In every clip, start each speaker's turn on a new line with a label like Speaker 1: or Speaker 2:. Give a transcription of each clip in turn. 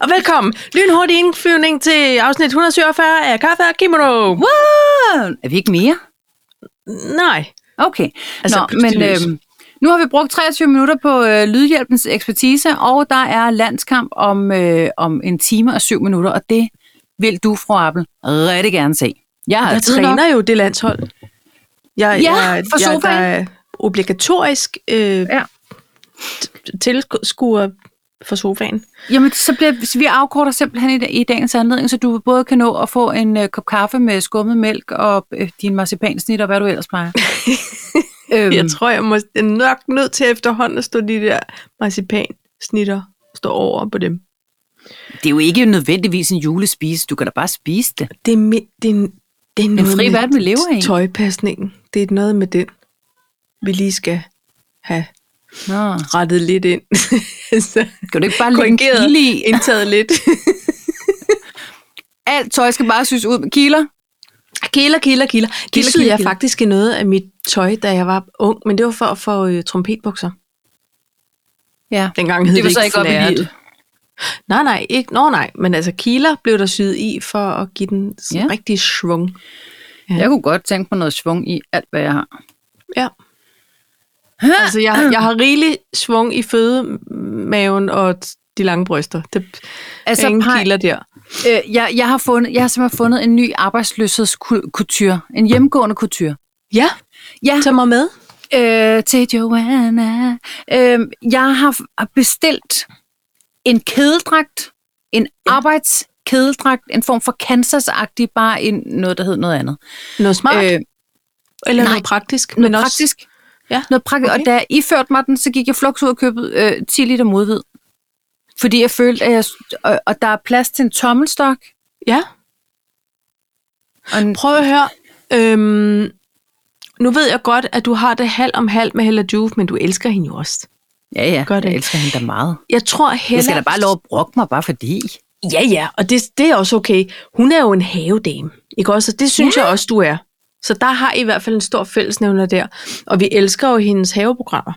Speaker 1: Og velkommen. Lynhurtig indflyvning til afsnit 147 af Kaffe og Kimono.
Speaker 2: Wow! Er vi ikke mere?
Speaker 1: Nej.
Speaker 2: Okay.
Speaker 1: Altså,
Speaker 2: Altså, Nå, men
Speaker 1: pludselig løs.
Speaker 2: øh, nu har vi brugt 23 minutter på øh, Lydhjælpens ekspertise, og der er landskamp om, øh, om en time og syv minutter, og det vil du, fru Appel, rigtig gerne se. Jeg har
Speaker 1: Jeg
Speaker 2: trænet.
Speaker 1: træner jo det landshold. Jeg,
Speaker 2: Ja,
Speaker 1: jeg,
Speaker 2: for
Speaker 1: jeg, der
Speaker 2: sofaen.
Speaker 1: er obligatorisk øh, ja. tilskuer for sofaen.
Speaker 2: Jamen, så bliver, så vi afkorter simpelthen i, dag- i dagens anledning, så du både kan nå at få en øh, kop kaffe med skummet mælk og øh, din marcipansnit og hvad du ellers plejer. øhm,
Speaker 1: Jeg tror, jeg må jeg er nok nødt til efterhånden at stå de der marcipansnitter stå over på dem.
Speaker 2: det er jo ikke nødvendigvis en julespise, du kan da bare spise det.
Speaker 1: Det er, mi, det er, en- det er noget
Speaker 2: fri verden, vi lever i.
Speaker 1: tøjpasningen. Det er noget med den, vi lige skal have
Speaker 2: Nå.
Speaker 1: rettet lidt ind. Så
Speaker 2: Kan du ikke bare lægge en
Speaker 1: korrigeret,
Speaker 2: kile i?
Speaker 1: indtaget lidt.
Speaker 2: Alt tøj skal bare synes ud med kiler.
Speaker 1: Kilder, kilder, kilder. Det
Speaker 2: Kilder,
Speaker 1: syede
Speaker 2: kilder,
Speaker 1: jeg
Speaker 2: kilder.
Speaker 1: faktisk i noget af mit tøj, da jeg var ung, men det var for at få øh, trompetbukser.
Speaker 2: Ja.
Speaker 1: Dengang hed det,
Speaker 2: Det var så ikke op i
Speaker 1: flæret.
Speaker 2: livet.
Speaker 1: Nej, nej, ikke. Nå, nej. Men altså, kiler blev der syet i for at give den ja.
Speaker 2: Ja.
Speaker 1: rigtig svung.
Speaker 2: Jeg kunne godt tænke på noget svung i alt, hvad jeg har.
Speaker 1: Ja. Altså, jeg, jeg har rigelig svung i fødemaven og t- de lange bryster. Det altså, er ingen
Speaker 2: pej-
Speaker 1: kiler der.
Speaker 2: øh, jeg, jeg, har fundet, jeg har simpelthen fundet en ny arbejdsløshedskultur. En hjemgående kultur.
Speaker 1: Ja,
Speaker 2: Ja,
Speaker 1: tag mig med.
Speaker 2: øh, til Joanna. Øh, jeg har f- bestilt en kædedragt, en ja. arbejdskædedragt, en form for Kansas-agtig, bare en, noget, der hed noget andet.
Speaker 1: Noget smart, øh,
Speaker 2: Øh,
Speaker 1: eller
Speaker 2: nej.
Speaker 1: noget praktisk.
Speaker 2: noget men praktisk. Også,
Speaker 1: Ja,
Speaker 2: noget praktisk. Okay.
Speaker 1: okay.
Speaker 2: Og da jeg iførte mig den, så gik jeg flugt ud og købte øh, 10 liter modvid. Fordi jeg følte, at jeg, og, og der er plads til en tommelstok.
Speaker 1: Ja.
Speaker 2: Og en,
Speaker 1: Prøv at høre. Øhm, nu ved jeg godt, at du har det halv om halv med Hella Juf, men du elsker hende jo også.
Speaker 2: ja, ja,
Speaker 1: Gør det.
Speaker 2: jeg elsker hende da meget.
Speaker 1: Jeg tror Hella...
Speaker 2: Jeg skal da bare lov at brokke mig, bare fordi.
Speaker 1: Ja, ja, og det, det er også okay. Hun er jo en havedame, ikke også? Og det synes ja. jeg også, du er. Så der har I i hvert fald en stor fællesnævner der. Og vi elsker jo hendes haveprogrammer.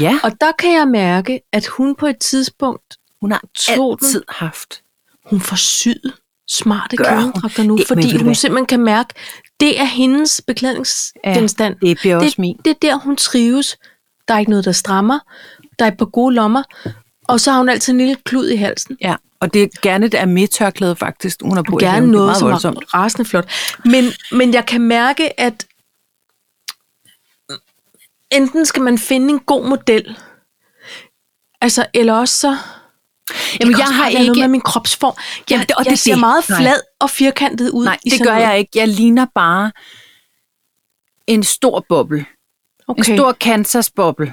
Speaker 2: Ja, og
Speaker 1: Og der kan jeg mærke, at hun på et tidspunkt,
Speaker 2: hun har
Speaker 1: tog den.
Speaker 2: altid haft.
Speaker 1: hun får syet smarte
Speaker 2: Gør hun?
Speaker 1: kædedragter nu,
Speaker 2: Det-
Speaker 1: det,
Speaker 2: men ved
Speaker 1: fordi
Speaker 2: du
Speaker 1: hun
Speaker 2: hvad?
Speaker 1: simpelthen kan mærke, det er hendes beklædningsgenstand.
Speaker 2: Det bliver
Speaker 1: det,
Speaker 2: også min.
Speaker 1: det er der, hun trives. Der er ikke noget, der strammer. Der er et par gode lommer. Og så har hun altid en lille klud i halsen.
Speaker 2: Ja, og det er gerne et amirtørklæde faktisk, hun har på. i haven.
Speaker 1: Gerne
Speaker 2: Det er
Speaker 1: noget,
Speaker 2: meget
Speaker 1: som
Speaker 2: voldsomt.
Speaker 1: er rasende flot. Men, men jeg kan mærke, at enten skal man finde en god model, altså, eller også så...
Speaker 2: Jamen,
Speaker 1: Det kan
Speaker 2: jeg
Speaker 1: også
Speaker 2: har
Speaker 1: bare være noget
Speaker 2: ikke-
Speaker 1: med min kropsform. Jeg,
Speaker 2: Jamen, det- og
Speaker 1: jeg
Speaker 2: det er
Speaker 1: ser
Speaker 2: det.
Speaker 1: meget
Speaker 2: Nej.
Speaker 1: flad og firkantet ud.
Speaker 2: Nej,
Speaker 1: i
Speaker 2: det
Speaker 1: sådan
Speaker 2: gør
Speaker 1: noget.
Speaker 2: jeg ikke. Jeg ligner bare en stor boble.
Speaker 1: Okay.
Speaker 2: Okay. En stor Kansas-boble.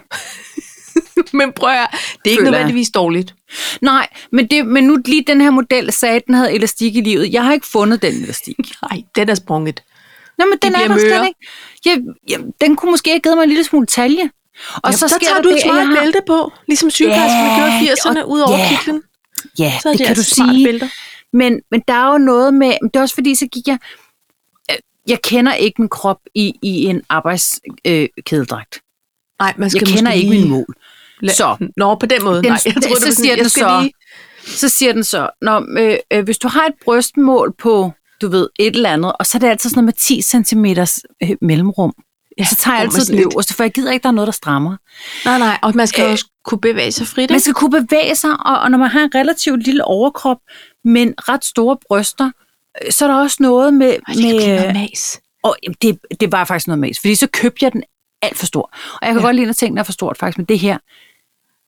Speaker 1: men prøv at høre, det er ikke
Speaker 2: Føler jeg.
Speaker 1: nødvendigvis dårligt.
Speaker 2: Nej, men, det, men nu lige den her model sagde, at den havde elastik i livet. Jeg har ikke fundet den elastik.
Speaker 1: Nej, den er sprunget.
Speaker 2: Nå, men den er
Speaker 1: bliver
Speaker 2: der slet
Speaker 1: møre.
Speaker 2: ikke. Jeg, jeg, den kunne måske have givet mig en lille smule talje. Og
Speaker 1: Jamen,
Speaker 2: så,
Speaker 1: så
Speaker 2: sker
Speaker 1: tager
Speaker 2: der
Speaker 1: du et
Speaker 2: det, at jeg
Speaker 1: smart
Speaker 2: har-
Speaker 1: bælte på, ligesom sygeplejerskerne
Speaker 2: Ja,
Speaker 1: gjorde i
Speaker 2: det-
Speaker 1: 80'erne,
Speaker 2: og-
Speaker 1: ud over
Speaker 2: ja.
Speaker 1: kiklen.
Speaker 2: Ja,
Speaker 1: Så er
Speaker 2: det,
Speaker 1: det
Speaker 2: kan du
Speaker 1: altså smarte
Speaker 2: sige.
Speaker 1: bælter.
Speaker 2: Men, men der er jo noget med, men det er også fordi, så gik jeg, øh, jeg kender ikke min krop i, i en arbejdskædedragt. Øh, kædedragt.
Speaker 1: Nej, man
Speaker 2: jeg kender
Speaker 1: måske
Speaker 2: ikke
Speaker 1: lige
Speaker 2: min mål.
Speaker 1: la-
Speaker 2: Så.
Speaker 1: Nå, på den måde.
Speaker 2: Den-
Speaker 1: Nej, jeg
Speaker 2: den-
Speaker 1: troede,
Speaker 2: så
Speaker 1: du ville
Speaker 2: siger
Speaker 1: sige,
Speaker 2: den
Speaker 1: jeg skal
Speaker 2: så-
Speaker 1: lige...
Speaker 2: så siger den så, Nå, øh, øh, hvis du har et brystmål på, du ved, et eller andet, og så er det altid sådan noget med 10 cm øh, mellemrum. Ja, så tager jeg
Speaker 1: hvor man
Speaker 2: altid
Speaker 1: sådan
Speaker 2: den
Speaker 1: lidt-
Speaker 2: øverste, for jeg gider ikke, der er noget, der strammer.
Speaker 1: Nej, nej, og man skal
Speaker 2: Øh,
Speaker 1: også kunne bevæge sig frit.
Speaker 2: Man
Speaker 1: Ikke?
Speaker 2: skal kunne bevæge sig, og, og når man har en relativt lille overkrop, men ret store bryster, øh, så er der også noget med... med
Speaker 1: mas.
Speaker 2: og, jamen, det, det var faktisk noget med, fordi så købte jeg den alt for stor. Og jeg kan
Speaker 1: Ja.
Speaker 2: ja. godt lide, at tingene er for stort faktisk, men det her,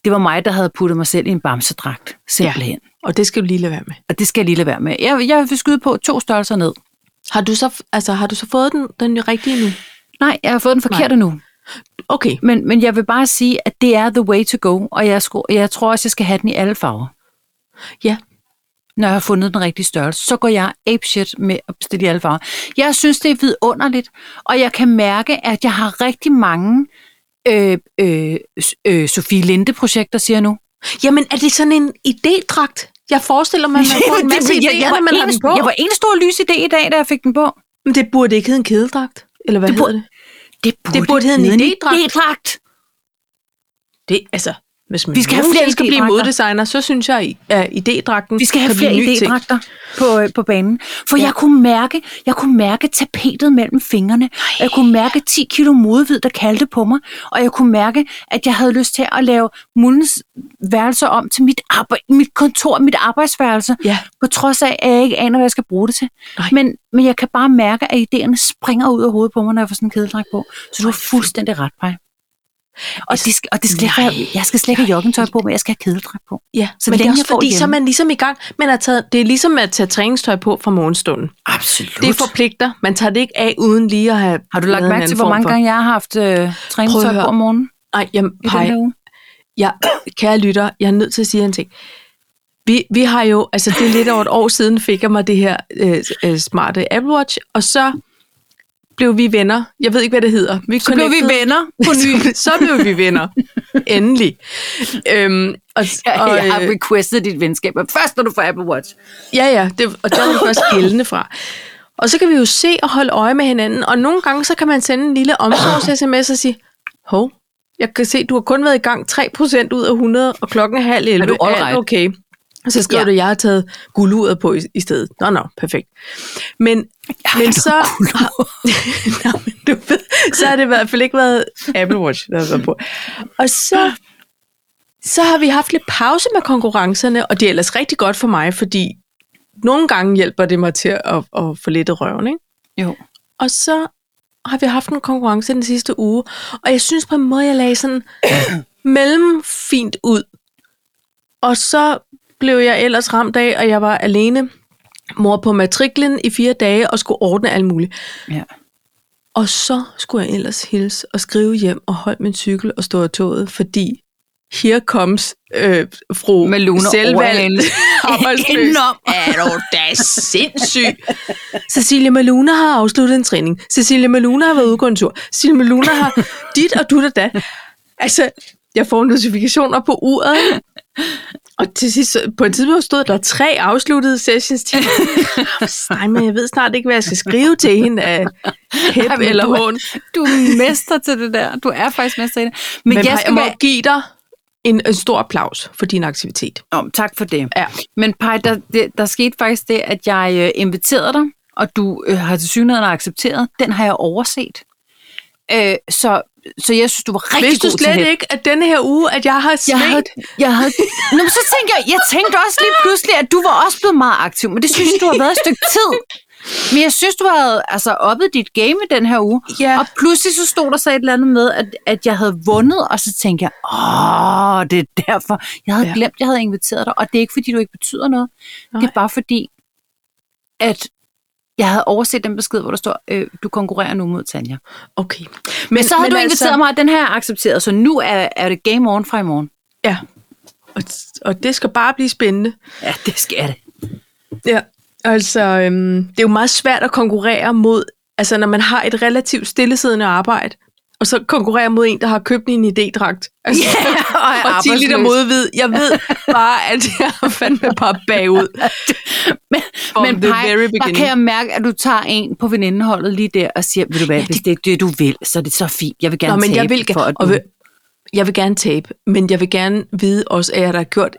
Speaker 2: det var mig, der havde puttet mig selv i en bamsedragt, simpelthen. Ja.
Speaker 1: Og det skal du lige lade være med.
Speaker 2: Og det skal jeg lige lade være med. Jeg, jeg vil skyde på to størrelser ned.
Speaker 1: Har du så, altså, har du så fået den, den rigtige nu?
Speaker 2: Nej, jeg har fået den forkerte nu.
Speaker 1: Okay.
Speaker 2: Men, men jeg vil bare sige, at det er the way to go, og jeg, sku, jeg tror også, jeg skal have den i alle farver.
Speaker 1: Ja.
Speaker 2: Når jeg har fundet den rigtige størrelse, så går jeg apeshit med at bestille i alle farver. Jeg synes, det er vidunderligt, og jeg kan mærke, at jeg har rigtig mange øh, øh, s- øh, Sofie Linde-projekter, siger jeg nu.
Speaker 1: Jamen, er det sådan en idédragt? Jeg forestiller mig, at man får en
Speaker 2: Jamen,
Speaker 1: masse
Speaker 2: det- jeg,
Speaker 1: idéer,
Speaker 2: jeg,
Speaker 1: når man
Speaker 2: var
Speaker 1: har
Speaker 2: en,
Speaker 1: den på.
Speaker 2: jeg var en stor lys idé i dag, da jeg fik den på.
Speaker 1: Men det burde ikke hedde en kædedragt. Eller hvad
Speaker 2: Det
Speaker 1: hedder
Speaker 2: burde-
Speaker 1: det?
Speaker 2: Det
Speaker 1: Det burde hedde en idédragt.
Speaker 2: idédragt.
Speaker 1: Det, altså, hvis man
Speaker 2: Vi skal have
Speaker 1: nogensinde
Speaker 2: flere
Speaker 1: skal blive
Speaker 2: idédragter.
Speaker 1: modedesigner, så synes jeg, at idédragten
Speaker 2: Vi skal have
Speaker 1: kan blive
Speaker 2: flere
Speaker 1: en ny ting.
Speaker 2: idédragter på, øh, på banen. For ja. jeg, kunne mærke, jeg kunne mærke tapetet mellem fingrene. Ej. Jeg kunne mærke 10 kilo modvid, der kaldte på mig. Og jeg kunne mærke, at jeg havde lyst til at lave Mullens værelse om til mit, arbejde, mit kontor, mit arbejdsværelse.
Speaker 1: Ja.
Speaker 2: På trods af, at jeg ikke aner, hvad jeg skal bruge det til.
Speaker 1: Nej.
Speaker 2: Men, men jeg kan bare mærke, at idéerne springer ud af hovedet på mig, når jeg får sådan en kedeldragt på. Så du har fuldstændig ret, Paj. Og, det skal, og det skal,
Speaker 1: Nej.
Speaker 2: jeg, jeg skal slet ikke have joggingtøj på, men jeg skal have kedeldragt på.
Speaker 1: Ja,
Speaker 2: Så
Speaker 1: så men det
Speaker 2: længe
Speaker 1: er
Speaker 2: jeg
Speaker 1: også
Speaker 2: får
Speaker 1: fordi, så er
Speaker 2: hjemme.
Speaker 1: man ligesom i gang. Man er taget, det er ligesom at tage træningstøj på fra morgenstunden.
Speaker 2: Absolut.
Speaker 1: Det forpligter. Man tager det ikke af uden lige at have...
Speaker 2: Har du lagt mærke til, hvor mange gange jeg har haft øh,
Speaker 1: Prøv at
Speaker 2: træningstøj
Speaker 1: høre.
Speaker 2: på om morgenen
Speaker 1: Nej, jamen,
Speaker 2: i den
Speaker 1: pej,
Speaker 2: her uge?
Speaker 1: jeg, kære lytter, jeg er nødt til at sige en ting. Vi, vi har jo, altså det er lidt over et år siden, fik jeg mig det her øh, øh, smarte Apple Watch, og så blev vi venner. Jeg ved ikke, hvad det hedder. Vi
Speaker 2: Så blev vi
Speaker 1: connectede.
Speaker 2: venner på
Speaker 1: så,
Speaker 2: ny.
Speaker 1: så blev vi venner. Endelig. Øhm, og, og,
Speaker 2: Jeg har
Speaker 1: øh,
Speaker 2: requestet dit venskab, men først når du får Apple Watch.
Speaker 1: ja, ja, det, og der er det først gældende fra. Og så kan vi jo se og holde øje med hinanden, og nogle gange så kan man sende en lille omsorgs-sms og sige, hov, jeg kan se, du har kun været i gang 3% ud af 100, og klokken er halv 11.
Speaker 2: Er du all right?
Speaker 1: okay? Og så skriver ja.
Speaker 2: Ja.
Speaker 1: du, at jeg har taget guluret på i, i stedet. Nå, nå, perfekt. Men, men så... Nå, men du ved, så har det i hvert fald ikke været Apple Watch, der har været på. Og så, så har vi haft lidt pause med konkurrencerne, og det er ellers rigtig godt for mig, fordi nogle gange hjælper det mig til at, at få lidt af røven, ikke?
Speaker 2: Jo.
Speaker 1: Og så har vi haft en konkurrence den sidste uge, og jeg synes på en måde, jeg lagde sådan mellemfint ud. Og så blev jeg ellers ramt af, at jeg var alene mor på matriklen i fire dage og skulle ordne alt muligt.
Speaker 2: Ja.
Speaker 1: Og så skulle jeg ellers hilse og skrive hjem og holde min cykel og stå af toget, fordi here comes øh, fru
Speaker 2: Malone
Speaker 1: selvvalgt
Speaker 2: overhælde.
Speaker 1: arbejdsløs.
Speaker 2: Enorm.
Speaker 1: Er du da sindssyg? Cecilie Malone har afsluttet en træning. Cecilie Malone har været ude på en tur. Cecilie Malone har dit og dut og dat. Altså, jeg får notifikationer på uret. Og til sidst, så- på et tidspunkt stod der tre afsluttede sessions. til. Nej, men jeg ved snart ikke, hvad jeg skal skrive til hende af
Speaker 2: Ej,
Speaker 1: hæb
Speaker 2: men
Speaker 1: eller
Speaker 2: du er-
Speaker 1: hån.
Speaker 2: Du er mester til det der. Du er faktisk mester i det. Men,
Speaker 1: Men, men
Speaker 2: jeg
Speaker 1: jeg
Speaker 2: skal
Speaker 1: må
Speaker 2: være...
Speaker 1: give dig en, en stor applaus for din aktivitet.
Speaker 2: Oh, tak for det.
Speaker 1: Ja.
Speaker 2: Men Paj, der, det, der skete faktisk det, at jeg øh, inviterede dig, og du øh, har til synligheden accepteret. Den har jeg overset. Øh, så, så jeg synes, du var rigtig
Speaker 1: Vidste
Speaker 2: god
Speaker 1: du
Speaker 2: til
Speaker 1: slet
Speaker 2: det.
Speaker 1: ikke, at denne her uge, at jeg har
Speaker 2: jeg havde,
Speaker 1: svedt?
Speaker 2: jeg havde, Nå, men så tænkte jeg, jeg tænkte også lige pludselig, at du var også blevet meget aktiv, men det synes jeg, du har været et stykke tid. Men jeg synes, du havde altså oppet dit game i den her uge,
Speaker 1: Ja.
Speaker 2: og pludselig så stod der så et eller andet med, at, at jeg havde vundet, og så tænkte jeg, åh, det er derfor. Jeg havde
Speaker 1: Ja.
Speaker 2: ja. glemt, jeg havde inviteret dig, og det er ikke, fordi du ikke betyder noget. Nej. Det
Speaker 1: Nej.
Speaker 2: er bare fordi, at jeg havde overset den besked, hvor der står, øh, du konkurrerer nu mod Tanja.
Speaker 1: Okay.
Speaker 2: Men, men så havde men du inviteret
Speaker 1: altså-
Speaker 2: altså... mig, og den her accepteret, så nu er, er det game on fra i morgen.
Speaker 1: Ja. Og, og det skal bare blive spændende.
Speaker 2: Ja, det skal det.
Speaker 1: Ja. Altså, øhm, det er jo meget svært at konkurrere mod, altså når man har et relativt stillesiddende arbejde, og så konkurrere mod en, der har købt en idédragt. Altså,
Speaker 2: og er
Speaker 1: og 10 liter
Speaker 2: arbejdsløs.
Speaker 1: modvid. Jeg ved bare, at jeg er fandme bare bagud.
Speaker 2: Men,
Speaker 1: From
Speaker 2: men
Speaker 1: the
Speaker 2: Paj,
Speaker 1: very
Speaker 2: der
Speaker 1: beginning.
Speaker 2: kan jeg mærke, at du tager en på venindeholdet lige der og siger, ved du hvad, ja, det... hvis det ikke er det, du vil, så er det så fint. Jeg vil gerne
Speaker 1: Nå, men
Speaker 2: tabe
Speaker 1: jeg vil,
Speaker 2: for,
Speaker 1: for,
Speaker 2: at du...
Speaker 1: og vil, jeg vil gerne tabe, men jeg vil gerne vide også, at jeg har gjort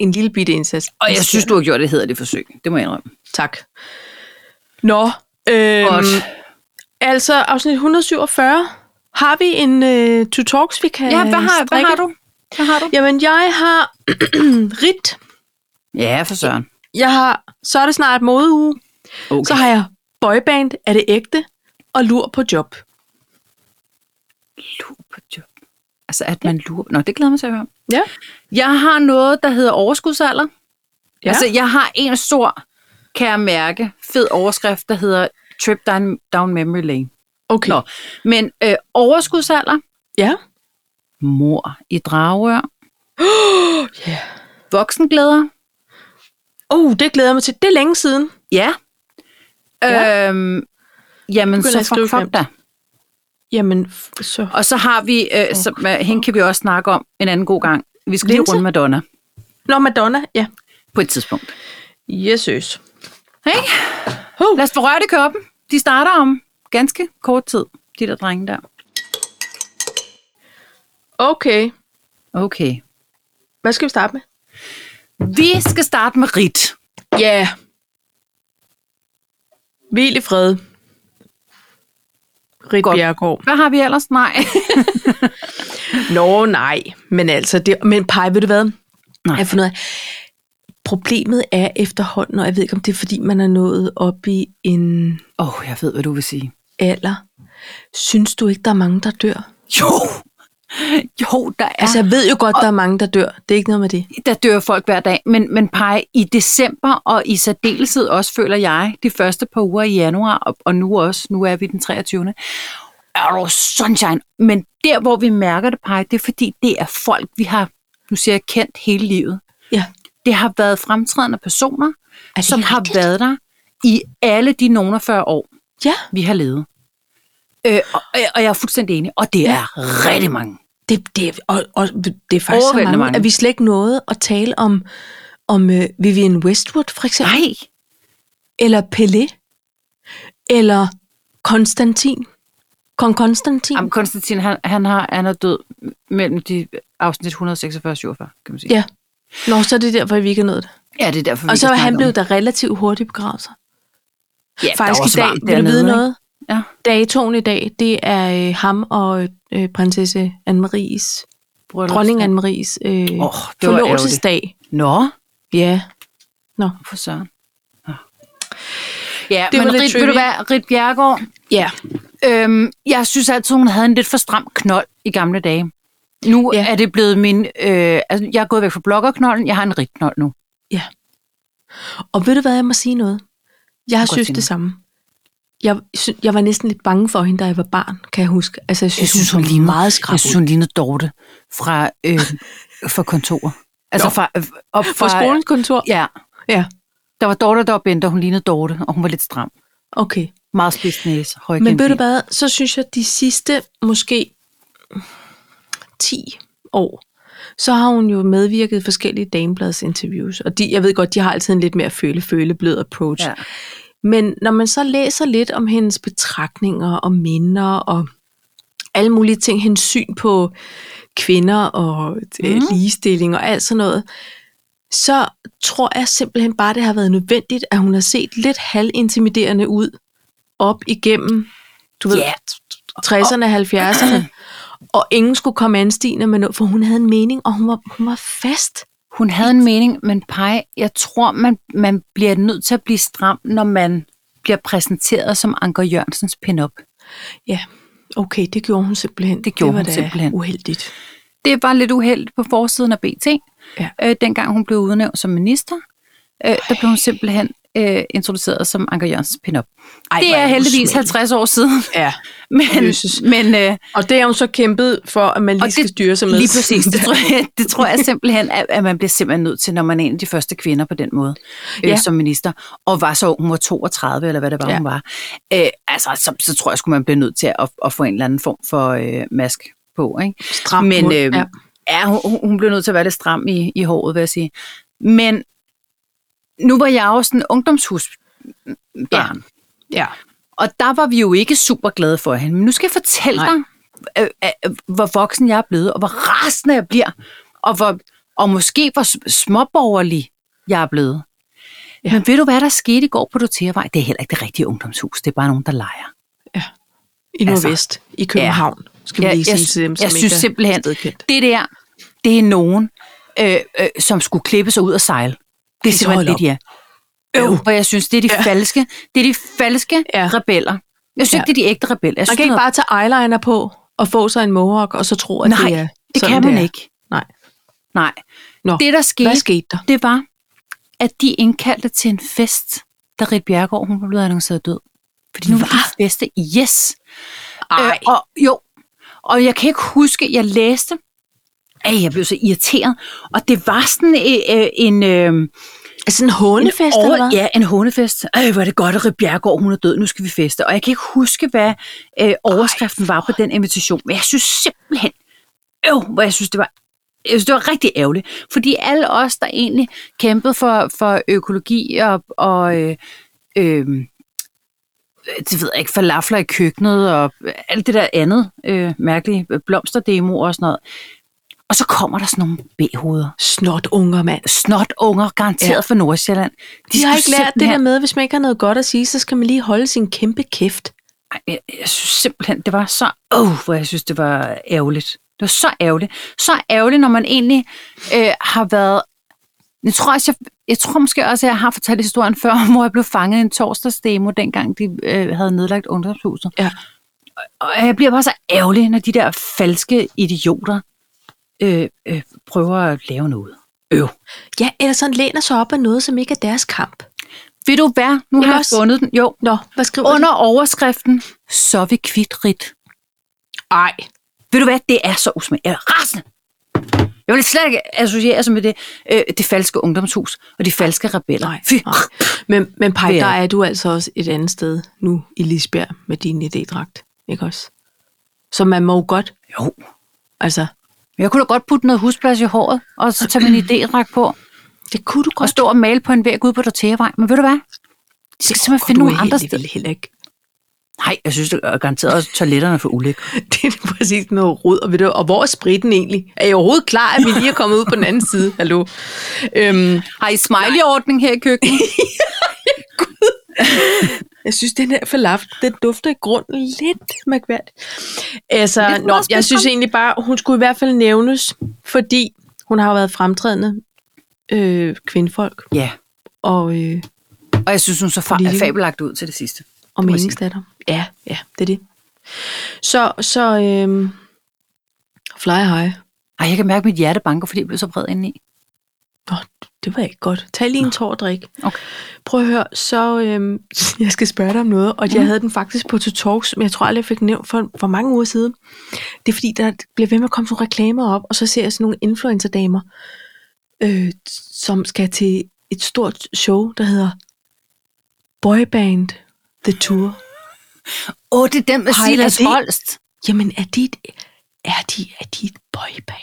Speaker 1: en lille bitte indsats.
Speaker 2: Og jeg synes, du har gjort det hedder det forsøg. Det må jeg indrømme.
Speaker 1: Tak. Nå, øhm,
Speaker 2: Godt.
Speaker 1: altså afsnit 147. Har vi en øh, to talks, vi kan strikke?
Speaker 2: du? Hvad har du?
Speaker 1: Jamen, jeg har rit.
Speaker 2: Ja, for søren.
Speaker 1: Jeg har, så er det snart modeuge.
Speaker 2: Okay.
Speaker 1: Så har jeg boyband, er det ægte? Og lur på job.
Speaker 2: lur på job. Altså, at man lurer... Nå, det glæder jeg mig til at høre. om.
Speaker 1: Ja.
Speaker 2: Jeg har noget, der hedder overskudsalder.
Speaker 1: Ja.
Speaker 2: Ja. Altså, jeg har en stor, kan jeg mærke, fed overskrift, der hedder Trip Down, down Memory Lane.
Speaker 1: Okay.
Speaker 2: Nå, men øh, overskudsalder,
Speaker 1: Ja.
Speaker 2: mor i Dragør,
Speaker 1: Ja.
Speaker 2: voksenglæder,
Speaker 1: Oh, det glæder jeg mig til. Det er længe siden.
Speaker 2: ja.
Speaker 1: Ja.
Speaker 2: Øhm, jamen,
Speaker 1: Begynder
Speaker 2: så
Speaker 1: at skrive
Speaker 2: fuck, fuck
Speaker 1: nemt.
Speaker 2: dig.
Speaker 1: Jamen, f- så
Speaker 2: Og så har vi, øh, så, øh, hende kan vi også snakke om en anden god gang. Vi skal lige
Speaker 1: Linse?
Speaker 2: runde Madonna
Speaker 1: Nå, Madonna, ja.
Speaker 2: på et tidspunkt.
Speaker 1: Jesus.
Speaker 2: Hey. Lad os berøre det i koppen. De starter om ganske kort tid, de der drenge der.
Speaker 1: Okay,
Speaker 2: Okay.
Speaker 1: hvad skal vi starte med?
Speaker 2: Vi skal starte med Rit.
Speaker 1: Ja. Yeah. Hvil i fred. Rit
Speaker 2: Godt.
Speaker 1: Bjergård.
Speaker 2: Hvad har vi ellers? Nej.
Speaker 1: Nå, nej. Men altså, det, men Paj, ved du hvad?
Speaker 2: Nej.
Speaker 1: Jeg har fundet ud af, problemet er efterhånden, og jeg ved ikke, om det er, fordi man er nået op i en
Speaker 2: Åh, oh, jeg ved, hvad du vil sige.
Speaker 1: alder. Synes du ikke, der er mange, der dør?
Speaker 2: Jo! Jo, der er...
Speaker 1: Altså, jeg ved jo godt, der er mange, der dør. Det er ikke noget med det.
Speaker 2: der dør folk hver dag, men, men pege i december og i særdeleshed også, føler jeg, de første par uger i januar, og, og nu også, nu er vi den 23. Er du sunshine? Men der, hvor vi mærker det, pege, det er fordi, det er folk, vi har, nu siger jeg, kendt hele livet.
Speaker 1: Ja.
Speaker 2: Det har været fremtrædende personer,
Speaker 1: det
Speaker 2: som har
Speaker 1: rigtigt?
Speaker 2: været der i alle de nogen og 40 år,
Speaker 1: Ja,
Speaker 2: vi har levet. Øh, og, og jeg er fuldstændig enig, og det
Speaker 1: Ja.
Speaker 2: er rigtig mange.
Speaker 1: det, det, og, og, det er faktisk så mange,
Speaker 2: Overvældende
Speaker 1: mange,
Speaker 2: mange.
Speaker 1: at vi slet ikke nåede at tale om, om øh, Vivian Westwood, for eksempel.
Speaker 2: Nej,
Speaker 1: eller Pelé, eller Konstantin. Kong Konstantin.
Speaker 2: Jamen, Konstantin, han, han, har, han er død mellem de afsnit 146 og 47, kan man sige.
Speaker 1: Ja. Nå, så er det derfor, vi ikke er nået det.
Speaker 2: ja det er derfor, vi
Speaker 1: Og
Speaker 2: ikke
Speaker 1: så er
Speaker 2: snakker
Speaker 1: han
Speaker 2: om
Speaker 1: blevet der relativt hurtigt begravet sig.
Speaker 2: det. ja,
Speaker 1: Faktisk i dag, vil du
Speaker 2: dernede,
Speaker 1: vide
Speaker 2: ikke?
Speaker 1: noget?
Speaker 2: Ja.
Speaker 1: Datoen i dag, det er øh, ham og øh, prinsesse Anne-Maries,
Speaker 2: Bryllups-
Speaker 1: dronning Anne-Maries øh,
Speaker 2: Åh,
Speaker 1: oh,
Speaker 2: det var ærgerligt.
Speaker 1: forlovelsesdag.
Speaker 2: Nå,
Speaker 1: Ja,
Speaker 2: for søren. Nå. Ja,
Speaker 1: Det
Speaker 2: det
Speaker 1: var
Speaker 2: men
Speaker 1: lidt
Speaker 2: Rit, ved du
Speaker 1: tricky.
Speaker 2: hvad, Rit Bjergård,
Speaker 1: ja.
Speaker 2: øhm, jeg synes altid, hun havde en lidt for stram knold i gamle dage. Nu
Speaker 1: Ja.
Speaker 2: ja. er det blevet min... Øh, altså, jeg er gået væk fra bloggerknolden, jeg har en ridknold nu.
Speaker 1: Og ved du hvad, jeg må sige noget? Jeg har
Speaker 2: godt
Speaker 1: synes
Speaker 2: sige
Speaker 1: det
Speaker 2: noget.
Speaker 1: samme. Jeg, sy- jeg var næsten lidt bange for hende, da jeg var barn, kan jeg huske. Altså, jeg synes, jeg synes hun, hun
Speaker 2: ligner-
Speaker 1: meget
Speaker 2: Jeg
Speaker 1: skrab
Speaker 2: synes, hun lignede Dorte fra, øh, fra kontoret. Altså
Speaker 1: Nå.
Speaker 2: fra, øh, op fra,
Speaker 1: På skolens kontor?
Speaker 2: Ja,
Speaker 1: Ja.
Speaker 2: Der var Dorte, der var Bente, og hun lignede Dorte, og hun var lidt stram.
Speaker 1: Okay.
Speaker 2: Meget spids næse, høj
Speaker 1: Men ved
Speaker 2: kindben.
Speaker 1: du hvad, så synes jeg, at de sidste måske 10 år, så har hun jo medvirket i forskellige damebladsinterviews. Og de, jeg ved godt, de har altid en lidt mere føle-føle-blød approach. Ja.
Speaker 2: Ja.
Speaker 1: Men når man så læser lidt om hendes betragtninger og minder og alle mulige ting, hendes syn på kvinder og mm.
Speaker 2: Mhm.
Speaker 1: ligestilling og alt sådan noget, så tror jeg simpelthen bare, det har været nødvendigt, at hun har set lidt halvintimiderende ud op igennem, du ved,
Speaker 2: Ja.
Speaker 1: 60'erne og 70'erne, og ingen skulle komme anstigende med noget, for hun havde en mening, og hun var, hun var fast.
Speaker 2: Hun havde en mening, men pej, jeg tror, man, man bliver nødt til at blive stram, når man bliver præsenteret som Anker Jørgensens pin-up.
Speaker 1: Ja, okay, det gjorde hun simpelthen.
Speaker 2: Det gjorde
Speaker 1: det var
Speaker 2: hun
Speaker 1: da
Speaker 2: simpelthen.
Speaker 1: uheldigt.
Speaker 2: Det var lidt uheldigt på forsiden af BT,
Speaker 1: Ja.
Speaker 2: øh, dengang hun blev udnævnt som minister. Øh, der blev hun simpelthen øh, introduceret som Anker Jørgensens pin-up.
Speaker 1: Ej,
Speaker 2: Det
Speaker 1: hvor er
Speaker 2: er
Speaker 1: hun
Speaker 2: heldigvis
Speaker 1: smuk.
Speaker 2: 50 år siden,
Speaker 1: Ja,
Speaker 2: men,
Speaker 1: Jesus.
Speaker 2: men øh,
Speaker 1: og det har hun så kæmpet for, at man lige
Speaker 2: Og
Speaker 1: skal styre sig med.
Speaker 2: Lige præcis. Det tror jeg, det tror jeg simpelthen, at, at man bliver simpelthen nødt til, når man er en af de første kvinder på den måde ja.
Speaker 1: Ja.
Speaker 2: øh, som minister, og var så ung, hun var 32, eller hvad det var,
Speaker 1: Ja.
Speaker 2: ja. hun var. Øh, altså, så, så tror jeg, at man bliver nødt til at, at få en eller anden form for øh, mask på. Ikke?
Speaker 1: Stram
Speaker 2: Men
Speaker 1: mund,
Speaker 2: øh,
Speaker 1: ja.
Speaker 2: ja. Ja, hun- hun, hun blev nødt til at være lidt stram i, i håret, vil jeg sige. Men nu var jeg jo sådan ungdomshusbarn.
Speaker 1: Ja. Ja.
Speaker 2: Og der var vi jo ikke super glade for hende. Men nu skal jeg fortælle
Speaker 1: Nej.
Speaker 2: Nej. dig, øh, øh, hvor voksen jeg er blevet, og hvor rasende jeg bliver, og, hvor, og måske hvor s- småborgerlig jeg er blevet.
Speaker 1: Ja.
Speaker 2: Ja. Men ved du, hvad der skete i går på Dotervej? Det er heller ikke det rigtige ungdomshus. Det er bare nogen, der leger.
Speaker 1: I
Speaker 2: altså,
Speaker 1: Nordvest, altså, i København, ja. skal vi
Speaker 2: Jeg,
Speaker 1: lige
Speaker 2: jeg,
Speaker 1: sige til dem, som
Speaker 2: jeg
Speaker 1: ikke
Speaker 2: synes
Speaker 1: er
Speaker 2: simpelthen,
Speaker 1: stedkendt.
Speaker 2: det der, det er nogen, øh, øh, som skulle klippe sig ud og sejle. Det er
Speaker 1: så
Speaker 2: simpelthen det,
Speaker 1: hold
Speaker 2: de er. Øv. Og jeg synes, det er de
Speaker 1: Ja.
Speaker 2: ja. falske, det er de falske
Speaker 1: Ja.
Speaker 2: ja. rebeller. Jeg synes
Speaker 1: Ja.
Speaker 2: ikke, det er de ægte rebeller. Jeg
Speaker 1: Man kan
Speaker 2: synes, det er
Speaker 1: ikke bare tage eyeliner på og få sig en mohawk, og så tro, at
Speaker 2: Nej,
Speaker 1: det er
Speaker 2: Det
Speaker 1: sådan,
Speaker 2: kan man
Speaker 1: er.
Speaker 2: ikke.
Speaker 1: Nej.
Speaker 2: Nej.
Speaker 1: Nå,
Speaker 2: Det, der skete,
Speaker 1: Hvad skete der?
Speaker 2: det var, at de indkaldte til en fest, da Rit Bjergård, hun blev annonceret død. Fordi nu var de feste. Yes.
Speaker 1: Ej.
Speaker 2: Øh, og, jo. Og jeg kan ikke huske, jeg læste, Ej, jeg blev så irriteret. Og det var sådan øh, øh, en... Øh,
Speaker 1: Altså en hånefest, eller
Speaker 2: over,
Speaker 1: hvad?
Speaker 2: ja, en hundefest. Ej, hvor er det godt, at Rit Bjergård, hun er død, nu skal vi feste. Og jeg kan ikke huske, hvad øh, overskriften Ej, var på den invitation, men jeg synes simpelthen, øv, hvor jeg synes, det var jeg synes, det var rigtig ærgerligt, fordi alle os, der egentlig kæmpede for, for økologi og, og øh, øh, øhm, det ved jeg ikke, falafler i køkkenet og alt det der andet øh, mærkelige blomsterdemo og sådan noget. Og så kommer der sådan nogle B-hoveder.
Speaker 1: Snot unger, mand.
Speaker 2: Snotunger, garanteret
Speaker 1: Ja.
Speaker 2: ja. fra Nordsjælland.
Speaker 1: De har
Speaker 2: skulle
Speaker 1: ikke lært det
Speaker 2: simpelthen-
Speaker 1: der med, hvis man ikke har noget godt at sige, så skal man lige holde sin kæmpe kæft.
Speaker 2: Ej, jeg, jeg synes simpelthen, det var så... Åh, oh, hvor jeg synes, det var ærgerligt. Det var så ærgerligt. Så ærgerligt, når man egentlig øh, har været... Jeg tror, også, jeg, jeg tror måske også, at jeg har fortalt historien før, hvor jeg blev fanget i en torsdagsdemo, dengang de øh, havde nedlagt ungdomshuset.
Speaker 1: Ja.
Speaker 2: Og jeg bliver bare så ærgerlig, når de der falske idioter øh, øh, prøver at lave noget. Øv.
Speaker 1: Ja, eller sådan læner sig op af noget, som ikke er deres kamp.
Speaker 2: Vil du være? Nu
Speaker 1: Ikke
Speaker 2: har jeg
Speaker 1: også?
Speaker 2: fundet den. Jo.
Speaker 1: Nå, hvad skriver
Speaker 2: Under overskriften, så er vi kvitrit.
Speaker 1: Ej.
Speaker 2: Ved du hvad, det er så usmageligt. Jeg er rasende. Jeg vil slet ikke associere sig med det, øh, det falske ungdomshus og de falske rebeller.
Speaker 1: Nej,
Speaker 2: Fy.
Speaker 1: nej. Men, men Paj,
Speaker 2: Det er
Speaker 1: der
Speaker 2: det.
Speaker 1: er du altså også et andet sted nu i Lisbjerg med din idédragt, ikke også? Så man må jo godt,
Speaker 2: Jo.
Speaker 1: altså,
Speaker 2: Men Jeg kunne da godt putte noget husplads i håret, og så tage min idédræk på,
Speaker 1: det kunne du
Speaker 2: og
Speaker 1: godt.
Speaker 2: stå og male på en væg ude på Dorteavej. Men ved du hvad? De skal simpelthen finde nogle andre steder.
Speaker 1: Det heller ikke.
Speaker 2: Nej, jeg synes, det er garanteret også toiletterne for ulæk.
Speaker 1: Det er præcis noget rod, og, ved du, og hvor er spritten egentlig? Er I overhovedet klar, at vi lige er kommet ud på den anden side? Hallo? Øhm,
Speaker 2: Har I smiley-ordning her i køkkenet?
Speaker 1: jeg synes, den her falafel, den dufter i grunden lidt mærkværdigt. Altså,
Speaker 2: Lidt
Speaker 1: nå, jeg
Speaker 2: madspidsfrem.
Speaker 1: synes egentlig bare, hun skulle i hvert fald nævnes, fordi hun har jo været fremtrædende øh, kvindfolk
Speaker 2: ja,
Speaker 1: og... Øh,
Speaker 2: og jeg synes, hun så fa-
Speaker 1: Politiker.
Speaker 2: fabelagt ud til det sidste.
Speaker 1: Og
Speaker 2: Det må jeg sige.
Speaker 1: meningsdatter. Ja, ja, det er det. Så, så øhm, fly high.
Speaker 2: Ej, jeg kan mærke, at mit hjerte banker, fordi jeg blev så vred indeni.
Speaker 1: Nå, det var ikke godt. Tag lige en tår og drik.
Speaker 2: Okay.
Speaker 1: Prøv at høre, så øhm, jeg skal spørge dig om noget, og
Speaker 2: Mm.
Speaker 1: jeg havde den faktisk på To Talks, men jeg tror aldrig, jeg fik den nævnt for, for mange uger siden. Det er fordi, der bliver ved med at komme nogle reklamer op, og så ser jeg sådan nogle influencerdamer, øh, som skal til et stort show, der hedder Boyband The Tour.
Speaker 2: Åh, det er den med
Speaker 1: Ej,
Speaker 2: Silas
Speaker 1: er det-
Speaker 2: Holst.
Speaker 1: Jamen, er de et, er de, er de et boyband?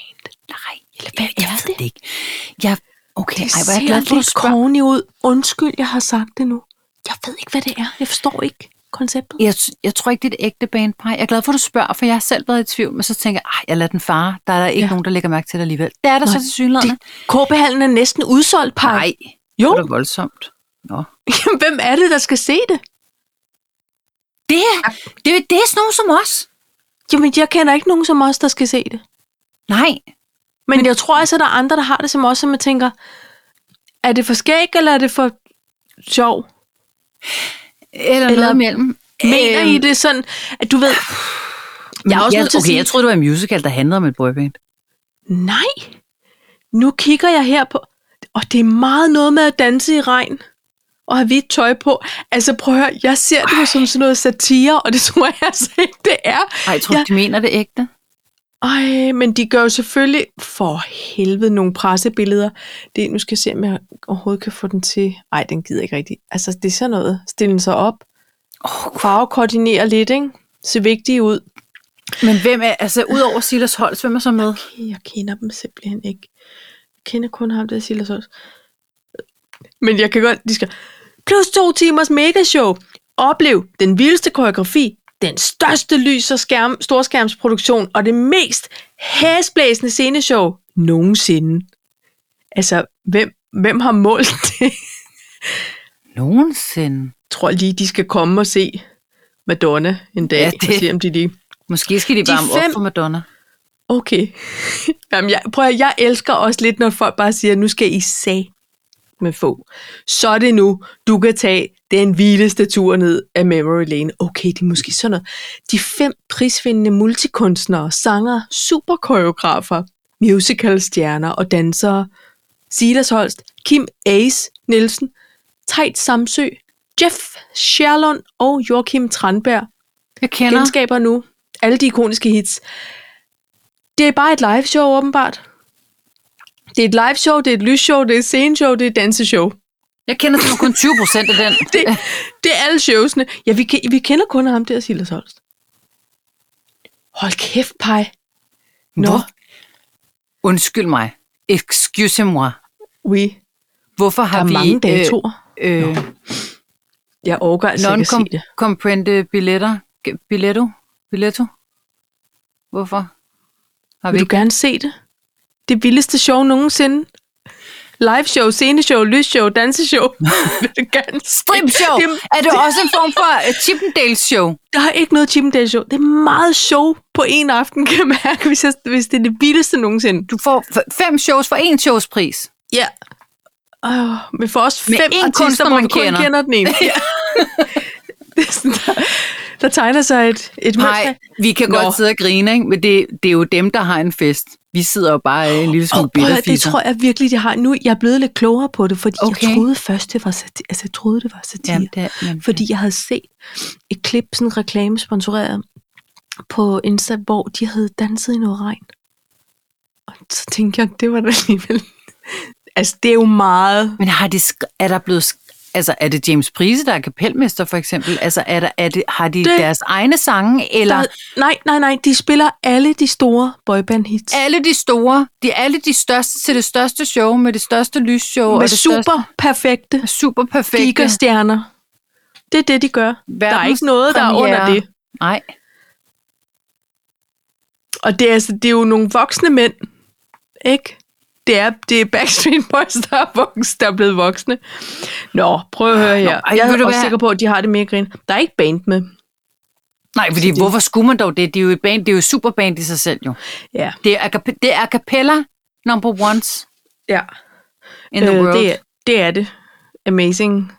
Speaker 2: Nej, eller
Speaker 1: hvad
Speaker 2: jeg
Speaker 1: er
Speaker 2: ved
Speaker 1: det?
Speaker 2: det ikke. Jeg, okay,
Speaker 1: Det
Speaker 2: ej, hvor er jeg
Speaker 1: ser
Speaker 2: glad for, at du
Speaker 1: lidt
Speaker 2: spørger.
Speaker 1: corny ud. Undskyld, jeg har sagt det nu. Jeg ved ikke, hvad det er. Jeg forstår ikke konceptet.
Speaker 2: Jeg, jeg tror ikke, det er et ægte bandpej. Jeg er glad for, at du spørger, for jeg har selv været i tvivl, men så tænker jeg, "Ej, jeg lader den fare. Der er der ikke
Speaker 1: Ja.
Speaker 2: ja. nogen, der lægger mærke til det alligevel. Det er der
Speaker 1: Nej,
Speaker 2: så til synligheden.
Speaker 1: KB-hallen er næsten udsolgt, par.
Speaker 2: Nej,
Speaker 1: Jo,
Speaker 2: det er da voldsomt. Nå.
Speaker 1: jamen, hvem er det, der skal se det?
Speaker 2: Det, er, det, er- det er sådan nogen som os.
Speaker 1: Jamen, jeg kender ikke nogen som os, der skal se det.
Speaker 2: Nej,
Speaker 1: Men, Men jeg tror altså, der er andre, der har det som os, som jeg tænker, er det for skæg, eller er det for sjov?
Speaker 2: eller,
Speaker 1: Eller
Speaker 2: eller noget imellem.
Speaker 1: Mener
Speaker 2: Øhm,
Speaker 1: I det sådan, at du ved... Jeg er også nødt til at
Speaker 2: okay,
Speaker 1: sige-
Speaker 2: jeg troede, det var en musical, der handlede om et boyband.
Speaker 1: Nej, nu kigger jeg her på, og det er meget noget med at danse i regn og have hvidt tøj på. Altså prøv at høre, jeg ser det jo som sådan noget satire, og det tror jeg altså ikke, det er.
Speaker 2: Nej, jeg tror,
Speaker 1: Ja.
Speaker 2: ja. de mener det ægte.
Speaker 1: Ej, men de gør jo selvfølgelig for helvede nogle pressebilleder. Det, nu skal jeg se, om jeg overhovedet kan få den til. Ej, den gider ikke rigtigt. Altså, det er sådan noget. Stille sig op.
Speaker 2: Oh,
Speaker 1: Farvekoordinere lidt, ikke? Se vigtige ud.
Speaker 2: men hvem er, altså, udover Silas Holst, hvem er så med?
Speaker 1: Jeg kender dem simpelthen ikke. Jeg kender kun ham, der er Silas Holst. Men jeg kan godt, de skal... Plus to timers megashow. Oplev den vildeste koreografi, den største lys- og skærm, storskærmsproduktion og det mest hæsblæsende sceneshow nogensinde. Altså, hvem, hvem har målt det?
Speaker 2: Nogensinde.
Speaker 1: Jeg tror lige, de skal komme og se Madonna en dag
Speaker 2: Ja,
Speaker 1: ja,
Speaker 2: det-
Speaker 1: og se, om de lige
Speaker 2: Måske skal de
Speaker 1: De
Speaker 2: varme
Speaker 1: fem-
Speaker 2: op for Madonna.
Speaker 1: Okay. Jamen, jeg, prøv at, høre, jeg elsker også lidt, når folk bare siger, nu skal I sag med få. Så er det nu, du kan tage den vildeste tur ned af Memory Lane. Okay, det er måske sådan noget. De fem prisvindende multikunstnere, sanger, superkoreografer, musicalstjerner og dansere. Silas Holst, Kim Ace Nielsen, Tejt Samsø, Jeff Sherlund og Joachim Tranberg
Speaker 2: Jeg kender.
Speaker 1: genskaber nu alle de ikoniske hits. Det er bare et live show åbenbart. Det er et live show, det er et lysshow, det er et sceneshow, det er et danseshow.
Speaker 2: Jeg kender til kun 20 procent af den.
Speaker 1: Det, det er alle showsene. Ja, vi, ke- vi kender kun ham der, Silas Holst. Hold kæft, pej. Nå,
Speaker 2: Hvor- Undskyld mig. Excuse moi.
Speaker 1: we.
Speaker 2: Hvorfor
Speaker 1: Der
Speaker 2: har
Speaker 1: er
Speaker 2: vi...
Speaker 1: mange datoer.
Speaker 2: Øh, øh,
Speaker 1: altså, Jeg overgår altså ikke at sige det.
Speaker 2: Non-comprende billetter. G- Billetto? Billetto? Hvorfor? Har vi
Speaker 1: Vil du
Speaker 2: ikke?
Speaker 1: gerne se det? Det vildeste show nogensinde. Live show, sceneshow, lysshow, danseshow. Vil du gerne se?
Speaker 2: Strip show!
Speaker 1: Det,
Speaker 2: er det også en form for øh, Chippendales show?
Speaker 1: der er ikke noget Chippendale show. Det er meget show på en aften, kan jeg mærke, hvis, jeg, hvis det er det vildeste nogensinde.
Speaker 2: Du får f- fem shows for én shows pris.
Speaker 1: Ja. Oh, men for os
Speaker 2: Med
Speaker 1: fem
Speaker 2: én
Speaker 1: artister,
Speaker 2: kunstner,
Speaker 1: hvor
Speaker 2: man
Speaker 1: vi kun
Speaker 2: kender.
Speaker 1: kender den ene. Ja. det er sådan, der, der tegner sig et, et
Speaker 2: Nej, vi kan
Speaker 1: Nå.
Speaker 2: godt sidde og grine, ikke? men det, det er jo dem, der har en fest. Vi sidder jo bare øh, en lille smule
Speaker 1: Oh,
Speaker 2: oh,
Speaker 1: prøv, at høre, det
Speaker 2: bitterfisser.
Speaker 1: tror jeg virkelig, de har. Nu jeg er blevet lidt klogere på det, fordi okay.
Speaker 2: Okay.
Speaker 1: jeg troede først, det var satire. Altså, jeg troede, det var satire.
Speaker 2: Jamen, det, jamen,
Speaker 1: fordi jeg havde set et klip, sådan en reklame sponsoreret på Insta, hvor de havde danset i noget regn. Og så tænkte jeg, det var da alligevel... altså, det er jo meget...
Speaker 2: Men har de, sk- er der blevet... sk- Altså, er det James Prise, der er kapelmester, for eksempel? Altså, er der, er det, har de det,
Speaker 1: Det-
Speaker 2: deres egne sange, eller
Speaker 1: Der,
Speaker 2: der,
Speaker 1: nej, nej, nej, de spiller alle de store boyband-hits.
Speaker 2: alle de store, de alle de største til det største show, med det største lysshow,
Speaker 1: Med
Speaker 2: og det største,
Speaker 1: super perfekte
Speaker 2: super perfekte
Speaker 1: gigastjerner. Det er det, de gør. Der er
Speaker 2: verdens
Speaker 1: ikke noget, der er under
Speaker 2: premiere.
Speaker 1: det.
Speaker 2: Nej,
Speaker 1: Og det er, altså, det er jo nogle voksne mænd, ikke? Det er, det er Backstreet Boys, der er, voks, der er blevet voksne. Nå, prøv at høre her.
Speaker 2: Nå, ej,
Speaker 1: jeg
Speaker 2: ved du
Speaker 1: er også
Speaker 2: hvad?
Speaker 1: sikker på, at de har det mere grin. Der er ikke band med.
Speaker 2: nej fordi
Speaker 1: det-
Speaker 2: hvorfor skulle man dog det? Det er jo et band, det er jo et superband i sig selv, jo.
Speaker 1: Ja.
Speaker 2: Det er, acap- det er a cappella number ones
Speaker 1: ja.
Speaker 2: in the world.
Speaker 1: Øh, Det, er, det er det. Amazing. The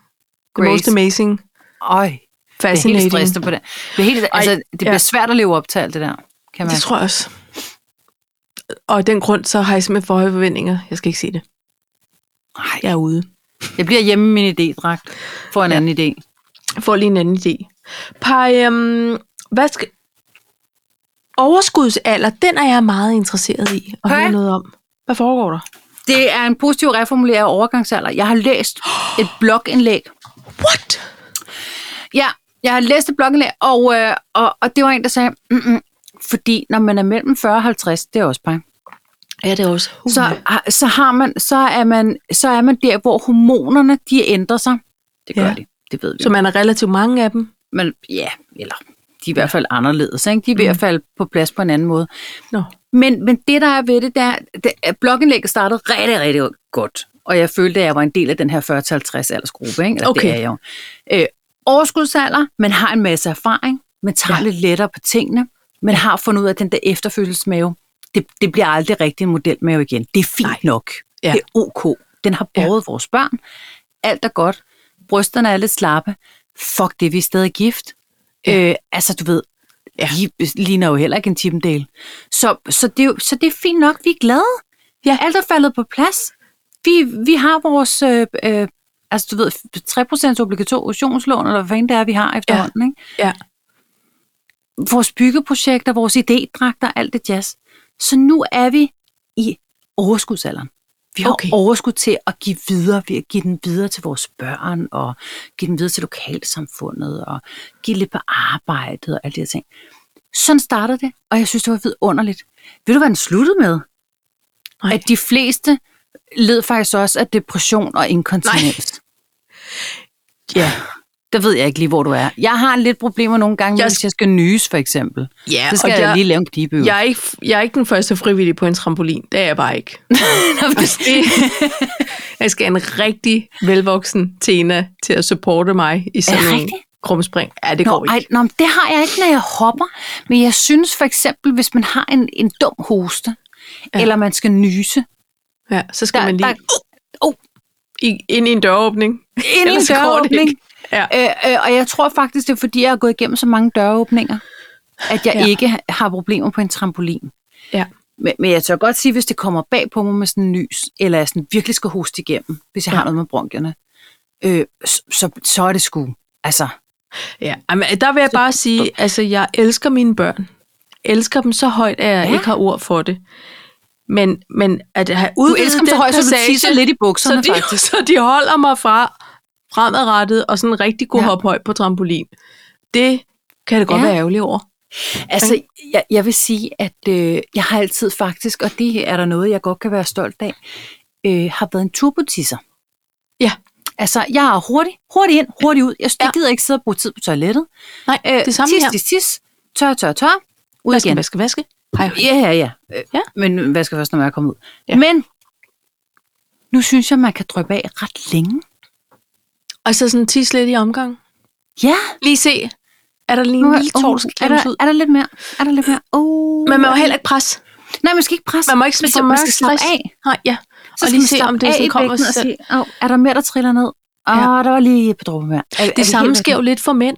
Speaker 2: Grace.
Speaker 1: most amazing.
Speaker 2: Øj, det er helt
Speaker 1: Fascinating.
Speaker 2: stressende på det. Det, er helt, altså, det bliver
Speaker 1: ja.
Speaker 2: svært at leve op til alt det der, kan man.
Speaker 1: det tror jeg også. Og af den grund, så har jeg simpelthen for høje forventninger. Jeg skal ikke se det.
Speaker 2: Nej,
Speaker 1: Jeg er ude.
Speaker 2: Jeg bliver hjemme i min idédragt. Får en ja. anden idé.
Speaker 1: Jeg får lige en anden idé. Pej, øhm, hvad skal... Overskudsalder, den er jeg meget interesseret i at
Speaker 2: Hej.
Speaker 1: høre noget om. Hvad foregår der?
Speaker 2: Det er en positiv reformulering af overgangsalder. Jeg har læst et blogindlæg.
Speaker 1: What?
Speaker 2: Ja, jeg har læst et blogindlæg, og, øh, og, og det var en, der sagde, Mm-mm, fordi når man er mellem 40 og 50, det er også pej,
Speaker 1: Mm. Ja, det er også. Uh. Så,
Speaker 2: så, så, har man, så, er man, så er man der, hvor hormonerne de ændrer sig. Det gør
Speaker 1: Ja.
Speaker 2: ja. de, det ved vi.
Speaker 1: så man er relativt mange af dem.
Speaker 2: Men, ja, eller de er i hvert fald anderledes. Ikke? De
Speaker 1: Mm.
Speaker 2: er i hvert fald på plads på en anden måde.
Speaker 1: Nå.
Speaker 2: Men, men det, der er ved det, der, det er, at blogindlægget startede rigtig, rigtig godt. Og jeg følte, at jeg var en del af den her 40-50 aldersgruppe. Ikke? Eller
Speaker 1: Okay.
Speaker 2: Det er jeg jo. Øh, overskudsalder, man har en masse erfaring, man tager ja. lidt lettere på tingene, man har fundet ud af, at den der efterfølgelsesmave, det, det bliver aldrig rigtig en modelmave igen. Det er fint Nej. nok.
Speaker 1: Ja.
Speaker 2: Ja. Det er ok. Den har båret ja. vores børn. Alt er godt. Brysterne er lidt slappe. Fuck det, vi er stadig gift. Ja. Øh, altså, du ved, ja. vi ligner jo heller ikke en Chippendale. Så, så, det er jo, så det er fint nok, vi er glade.
Speaker 1: Ja.
Speaker 2: Alt er faldet på plads. Vi, vi har vores, øh, øh, altså du ved, 3% obligationslån, eller hvad fanden det er, vi har efterhånden. Ja. Ikke?
Speaker 1: Ja.
Speaker 2: Vores byggeprojekter, vores idédragter, alt det jazz. Så nu er vi i overskudsalderen. Vi har
Speaker 1: Okay.
Speaker 2: okay. overskud til at give videre, ved at give den videre til vores børn, og give den videre til lokalsamfundet, og give lidt på arbejdet og alle de her ting. Sådan startede det, og jeg synes, det var vidunderligt. Ved du, hvad den sluttede med?
Speaker 1: Nej.
Speaker 2: Nej. At de fleste led faktisk også af depression og inkontinens. Nej.
Speaker 1: Ja.
Speaker 2: Der ved jeg ikke lige, hvor du er. Jeg har lidt problemer nogle gange,
Speaker 1: Jeg
Speaker 2: jeg... hvis jeg skal nyse, for eksempel.
Speaker 1: Ja,
Speaker 2: Så skal
Speaker 1: og
Speaker 2: jeg,
Speaker 1: jeg-
Speaker 2: lige lave en knibeøvelse.
Speaker 1: Jeg er, ikke, jeg er ikke den første frivillige på en trampolin. Det er jeg bare ikke. Altså, det, jeg skal have en rigtig velvoksen Tena til at supporte mig i sådan
Speaker 2: det
Speaker 1: en
Speaker 2: rigtigt?
Speaker 1: krumspring. Ja, det går
Speaker 2: Nå,
Speaker 1: ikke.
Speaker 2: ej, nå, men det har jeg ikke, når jeg hopper. Men jeg synes for eksempel, hvis man har en, en dum hoste, ja. eller man skal nyse,
Speaker 1: Ja, så skal
Speaker 2: der,
Speaker 1: man lige
Speaker 2: der, uh, uh,
Speaker 1: i, ind i en døråbning.
Speaker 2: ind i en
Speaker 1: Ellers går det
Speaker 2: døråbning.
Speaker 1: ikke. Ja.
Speaker 2: Øh, øh, og jeg tror faktisk, det er fordi, jeg har gået igennem så mange døråbninger, at jeg
Speaker 1: Ja.
Speaker 2: ja. ikke ha- har problemer på en trampolin.
Speaker 1: Ja.
Speaker 2: Men, men jeg tør godt sige, hvis det kommer bag på mig med sådan en nys, eller jeg sådan virkelig skal hoste igennem, hvis jeg
Speaker 1: Ja.
Speaker 2: ja. har noget med bronkierne, øh, så, så, så er det sgu. Altså,
Speaker 1: Ja, men der vil jeg bare sige, altså jeg elsker mine børn. Elsker dem så højt, at jeg ja.
Speaker 2: Ja.
Speaker 1: ikke har ord for det. Men, men at have
Speaker 2: du
Speaker 1: udvidet
Speaker 2: elsker dem så
Speaker 1: den
Speaker 2: højt, så du
Speaker 1: passage,
Speaker 2: tisser lidt i bukserne,
Speaker 1: så de,
Speaker 2: faktisk.
Speaker 1: så de holder mig fra fremadrettet og sådan rigtig god ja.
Speaker 2: Ja.
Speaker 1: hop højt på trampolin. Det kan det godt ja.
Speaker 2: Ja.
Speaker 1: være ærgerlig over.
Speaker 2: Altså, jeg, jeg vil sige, at øh, jeg har altid faktisk, og det er der noget, jeg godt kan være stolt af, øh, har været en turbotisser.
Speaker 1: Ja.
Speaker 2: Altså, jeg er hurtig, hurtig ind, hurtig ud. Jeg, jeg
Speaker 1: Ja.
Speaker 2: gider ikke sidde og bruge tid på toilettet.
Speaker 1: Nej,
Speaker 2: Øh,
Speaker 1: det samme
Speaker 2: tis,
Speaker 1: her.
Speaker 2: tis, tis, tør, tør, tør, ud
Speaker 1: Vaske,
Speaker 2: igen.
Speaker 1: vaske, vaske. Hej, hej.
Speaker 2: Ja, ja, ja. Øh,
Speaker 1: Ja.
Speaker 2: Men hvad skal først, når jeg kommer ud?
Speaker 1: Ja.
Speaker 2: Ja. Men nu synes jeg, man kan drøbe af ret længe.
Speaker 1: Og så sådan tisse lidt i omgang.
Speaker 2: Ja.
Speaker 1: Lige se, er der lige en lille tors
Speaker 2: er,
Speaker 1: klemmes
Speaker 2: der,
Speaker 1: ud?
Speaker 2: er der lidt mere? Er der lidt mere? Oh.
Speaker 1: Men man må heller ikke presse.
Speaker 2: Nej, man skal ikke presse.
Speaker 1: Man må ikke
Speaker 2: man
Speaker 1: få
Speaker 2: skal, man
Speaker 1: mørk
Speaker 2: skal slappe
Speaker 1: stress.
Speaker 2: af.
Speaker 1: Nej, ja.
Speaker 2: Så
Speaker 1: og
Speaker 2: skal
Speaker 1: lige
Speaker 2: man
Speaker 1: se, om
Speaker 2: slappe
Speaker 1: det
Speaker 2: af
Speaker 1: sådan
Speaker 2: i
Speaker 1: kommer
Speaker 2: bækkenet
Speaker 1: sig selv.
Speaker 2: og sige, oh, er der mere, der triller ned? Åh,
Speaker 1: Ja.
Speaker 2: oh, der var lige et par dråber mere. Er,
Speaker 1: Det samme sker jo lidt for mænd.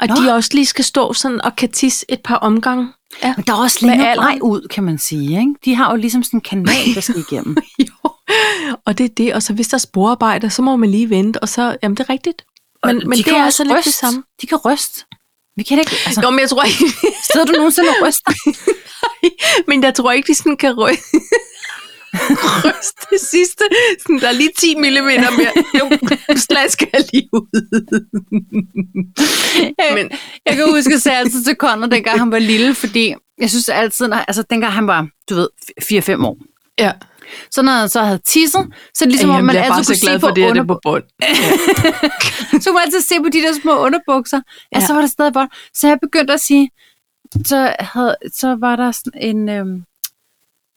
Speaker 1: Og
Speaker 2: Nå.
Speaker 1: de også lige skal stå sådan og kan tisse et par omgange. Ja.
Speaker 2: Men der er også
Speaker 1: Med
Speaker 2: længere
Speaker 1: alderen.
Speaker 2: vej ud, kan man sige. Ikke? De har jo ligesom sådan en kanal, der skal igennem.
Speaker 1: Jo, og det er det. Og så hvis der er sporarbejde, så må man lige vente. Og så, jamen det er rigtigt. Men,
Speaker 2: Og
Speaker 1: men
Speaker 2: de
Speaker 1: det
Speaker 2: kan
Speaker 1: er
Speaker 2: også
Speaker 1: altså lidt det
Speaker 2: ryste.
Speaker 1: samme.
Speaker 2: De kan ryste. Vi kan ikke, altså,
Speaker 1: Nå, men jeg tror ikke,
Speaker 2: sidder du nogensinde og ryster?
Speaker 1: men jeg tror ikke de sådan kan ryste. ryste det sidste. Sådan, der er lige 10 mm mere. Jo, slasker jeg lige ud. Men-
Speaker 2: Men. Jeg kan huske, at jeg sagde altid til Conor, dengang han var lille, fordi jeg synes altid, når, altså dengang han var, du ved, 4-5 år.
Speaker 1: Ja.
Speaker 2: Så når han så havde tisset, så er det ligesom, om man altid kunne se på, under,
Speaker 1: på bund.
Speaker 2: så kunne man altid se på de der små underbukser. Ja,
Speaker 1: Ja.
Speaker 2: så var der stadig vådt. Så jeg begyndte at sige, så, havde, så var der sådan en, øhm,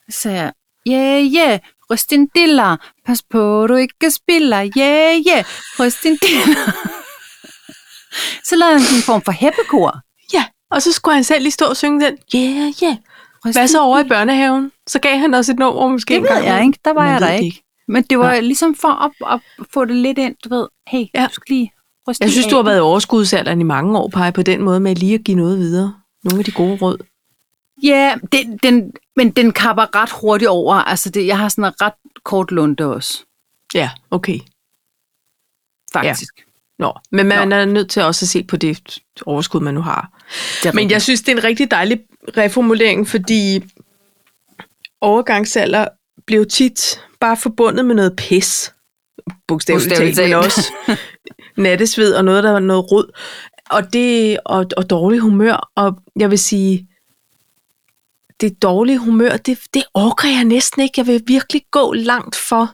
Speaker 2: så sagde jeg, yeah, yeah, ryst din diller, pas på, du ikke spiller, yeah, yeah, ryst din diller. så lavede han sådan en form for hæppekor.
Speaker 1: Ja, og så skulle han selv lige stå og synge den. Yeah, yeah.
Speaker 2: Ryst
Speaker 1: Hvad
Speaker 2: din
Speaker 1: så over i børnehaven? Så gav han også et nummer måske
Speaker 2: Det
Speaker 1: en
Speaker 2: ved
Speaker 1: gang
Speaker 2: jeg
Speaker 1: imellem.
Speaker 2: ikke. Der var
Speaker 1: Man
Speaker 2: jeg
Speaker 1: ved
Speaker 2: der
Speaker 1: det
Speaker 2: ikke. Men det var ligesom for at, at få det lidt ind, du ved, hey,
Speaker 1: Ja.
Speaker 2: ja. du skal lige ryste
Speaker 1: Jeg
Speaker 2: den
Speaker 1: synes,
Speaker 2: af.
Speaker 1: du har været i overskudsalderen i mange år, Paj, på den måde med lige at give noget videre. Nogle af de gode råd.
Speaker 2: Ja, den, den, men den kapper ret hurtigt over. Altså, det, jeg har sådan en ret kort lunte også,
Speaker 1: Ja, okay.
Speaker 2: faktisk. Ja.
Speaker 1: Nå, men man Nå. er nødt til også at se på det overskud, man nu har.
Speaker 2: Det er
Speaker 1: Men jeg
Speaker 2: rigtigt.
Speaker 1: synes, det er en rigtig dejlig reformulering, fordi overgangsalder blev tit bare forbundet med noget pis. Bogstaveligt
Speaker 2: Bogstaveligt
Speaker 1: talt, men
Speaker 2: talt.
Speaker 1: også nattesved og noget, der var noget rød. Og, det, og, og dårlig humør, og jeg vil sige, det dårlige humør, det, det orker jeg næsten ikke. Jeg vil virkelig gå langt for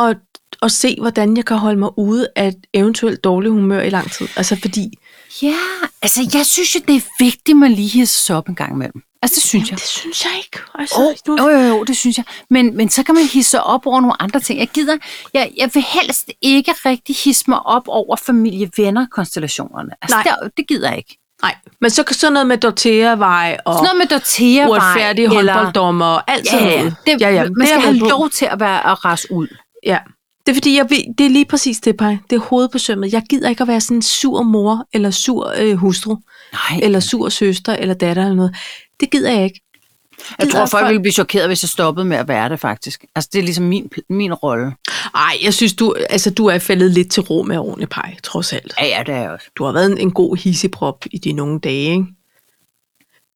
Speaker 1: at, at se, hvordan jeg kan holde mig ude af et eventuelt dårligt humør i lang tid. Altså fordi,
Speaker 2: ja, altså, jeg synes jo, det er vigtigt, man lige hisser sig op en gang imellem. Altså, det synes jeg.
Speaker 1: det synes jeg ikke. Altså,
Speaker 2: Åh,
Speaker 1: nu,
Speaker 2: Jo, jo, jo, det synes jeg. Men, men så kan man hisse sig op over nogle andre ting. Jeg gider, jeg, jeg vil helst ikke rigtig hisse mig op over familie-venner-konstellationerne. Altså,
Speaker 1: Nej.
Speaker 2: det, det gider jeg ikke.
Speaker 1: Nej, men så kan sådan noget med Dortea-vej og
Speaker 2: Sådan noget med Dortea
Speaker 1: uretfærdige håndbolddommer og alt
Speaker 2: Ja,
Speaker 1: sådan
Speaker 2: ja,
Speaker 1: noget.
Speaker 2: det,
Speaker 1: ja, ja.
Speaker 2: man
Speaker 1: det er
Speaker 2: skal
Speaker 1: jeg
Speaker 2: have
Speaker 1: med på.
Speaker 2: lov til at være at rase ud.
Speaker 1: Ja. Det er fordi, jeg ved, det er lige præcis det, Paj. Det er hovedet på sømmet. Jeg gider ikke at være sådan en sur mor, eller sur øh, hustru,
Speaker 2: Nej,
Speaker 1: eller sur søster, eller datter, eller noget. Det gider jeg ikke.
Speaker 2: jeg tror,
Speaker 1: gider folk-
Speaker 2: folk ville blive chokeret, hvis jeg stoppede med at være det, faktisk. Altså, det er ligesom min, min rolle.
Speaker 1: Ej, jeg synes, du, altså, du er faldet lidt til ro med årene, Paj, trods alt.
Speaker 2: Ja, ja, det er jeg også.
Speaker 1: Du har været en, en god hisseprop i dine unge dage, ikke?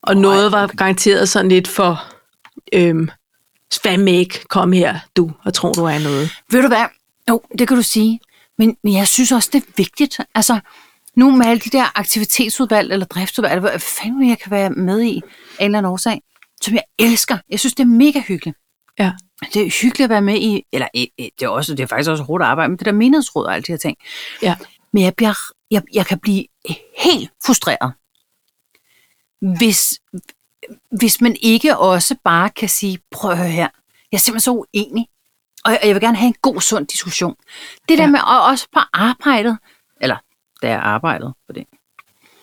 Speaker 1: Og noget var garanteret sådan lidt for, øhm, fandme ikke, kom her, du, og tro, du er noget.
Speaker 2: Ved du hvad? Jo, det kan du sige. Men, men jeg synes også, det er vigtigt. Altså, nu med alle de der aktivitetsudvalg eller driftsudvalg, eller hvad fanden jeg kan være med i af en eller anden årsag, som jeg elsker. Jeg synes, det er mega hyggeligt.
Speaker 1: Ja.
Speaker 2: Det er hyggeligt at være med i, eller eh, eh, det er, også, det er faktisk også hårdt arbejde, men det der menighedsråd og alle de her ting.
Speaker 1: Ja.
Speaker 2: Men jeg, bliver, jeg, jeg kan blive helt frustreret, hvis, hvis man ikke også bare kan sige, prøv at høre her, jeg er simpelthen så uenig, og jeg, og jeg vil gerne have en god, sund diskussion. Det der
Speaker 1: Ja.
Speaker 2: med, og også på arbejdet, eller da jeg arbejdede på det,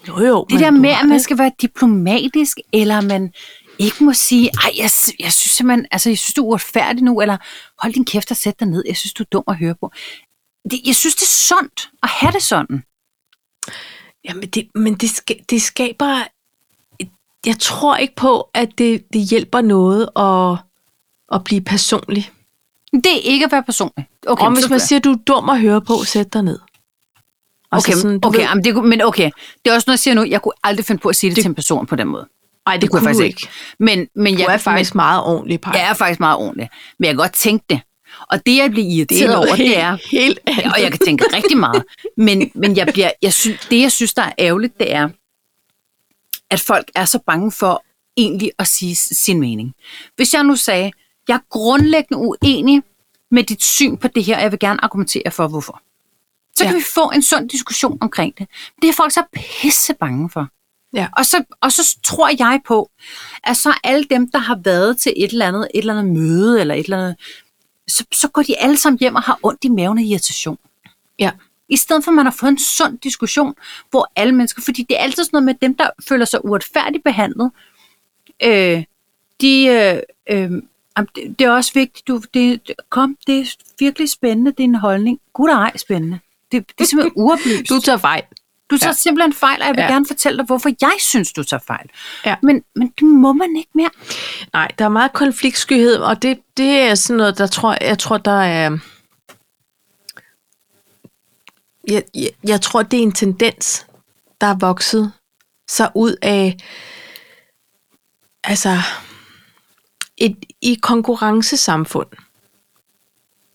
Speaker 1: Jo, jo.
Speaker 2: det
Speaker 1: men
Speaker 2: der
Speaker 1: du
Speaker 2: med,
Speaker 1: har
Speaker 2: at man
Speaker 1: det.
Speaker 2: skal være diplomatisk, eller man ikke må sige, ej, jeg, sy- jeg synes simpelthen, altså, jeg synes, du er uretfærdig nu, eller hold din kæft og sæt dig ned, jeg synes, du er dum at høre på. Det, jeg synes, det er sundt at have det sådan.
Speaker 1: Jamen, det, men det, ska- det skaber... Jeg tror ikke på, at det, det hjælper noget at, at blive personlig.
Speaker 2: Det er ikke at være personlig. Okay,
Speaker 1: Og
Speaker 2: men
Speaker 1: hvis
Speaker 2: så-
Speaker 1: man siger, du er dum at høre på, sæt dig ned.
Speaker 2: okay,
Speaker 1: Altså
Speaker 2: sådan,
Speaker 1: du
Speaker 2: okay,
Speaker 1: ved-
Speaker 2: jamen, det, kunne- men okay, det er også noget, jeg siger nu, jeg kunne aldrig finde på at sige det, det til en person på den måde.
Speaker 1: Ej, det,
Speaker 2: Det kunne jeg faktisk
Speaker 1: ikke.
Speaker 2: ikke. Men, men
Speaker 1: Du
Speaker 2: jeg,
Speaker 1: er faktisk meget ordentlig, Paj.
Speaker 2: men, jeg er faktisk meget ordentlig. Men jeg kan godt tænke det. Og det, jeg bliver irriteret over,
Speaker 1: helt,
Speaker 2: det er,
Speaker 1: helt andet.
Speaker 2: og jeg kan tænke rigtig meget. Men, men jeg bliver, jeg synes, det, jeg synes, der er ærgerligt, det er, at folk er så bange for egentlig at sige s- sin mening. Hvis jeg nu sagde, jeg er grundlæggende uenig med dit syn på det her, og jeg vil gerne argumentere for, hvorfor. Så ja.
Speaker 1: Ja.
Speaker 2: kan vi få en sund diskussion omkring det. Det er folk så pisse bange for.
Speaker 1: Ja.
Speaker 2: Og, så, og så tror jeg på, at så alle dem, der har været til et eller andet, et eller andet møde, eller et eller andet, så, så går de alle sammen hjem og har ondt i maven af irritation.
Speaker 1: Ja.
Speaker 2: I stedet for, at man har fået en sund diskussion, hvor alle mennesker, fordi det er altid sådan noget med dem, der føler sig uretfærdigt behandlet, øh, de, øh, øh, jamen, det, det er også vigtigt, du, det, det- kom, det er virkelig spændende, det er en holdning. Gud ej, spændende. Det, det er simpelthen uoplyst.
Speaker 1: Du tager fejl.
Speaker 2: Du tager ja.
Speaker 1: Ja.
Speaker 2: simpelthen fejl, og jeg vil ja.
Speaker 1: Ja.
Speaker 2: gerne fortælle dig, hvorfor jeg synes, du tager fejl.
Speaker 1: Ja.
Speaker 2: Men, men det må man ikke mere.
Speaker 1: Nej, der er meget konfliktskyhed, og det, det er sådan noget, der tror, jeg tror, der er... Jeg, jeg, jeg tror, det er en tendens, der er vokset sig ud af altså et, i et konkurrencesamfund.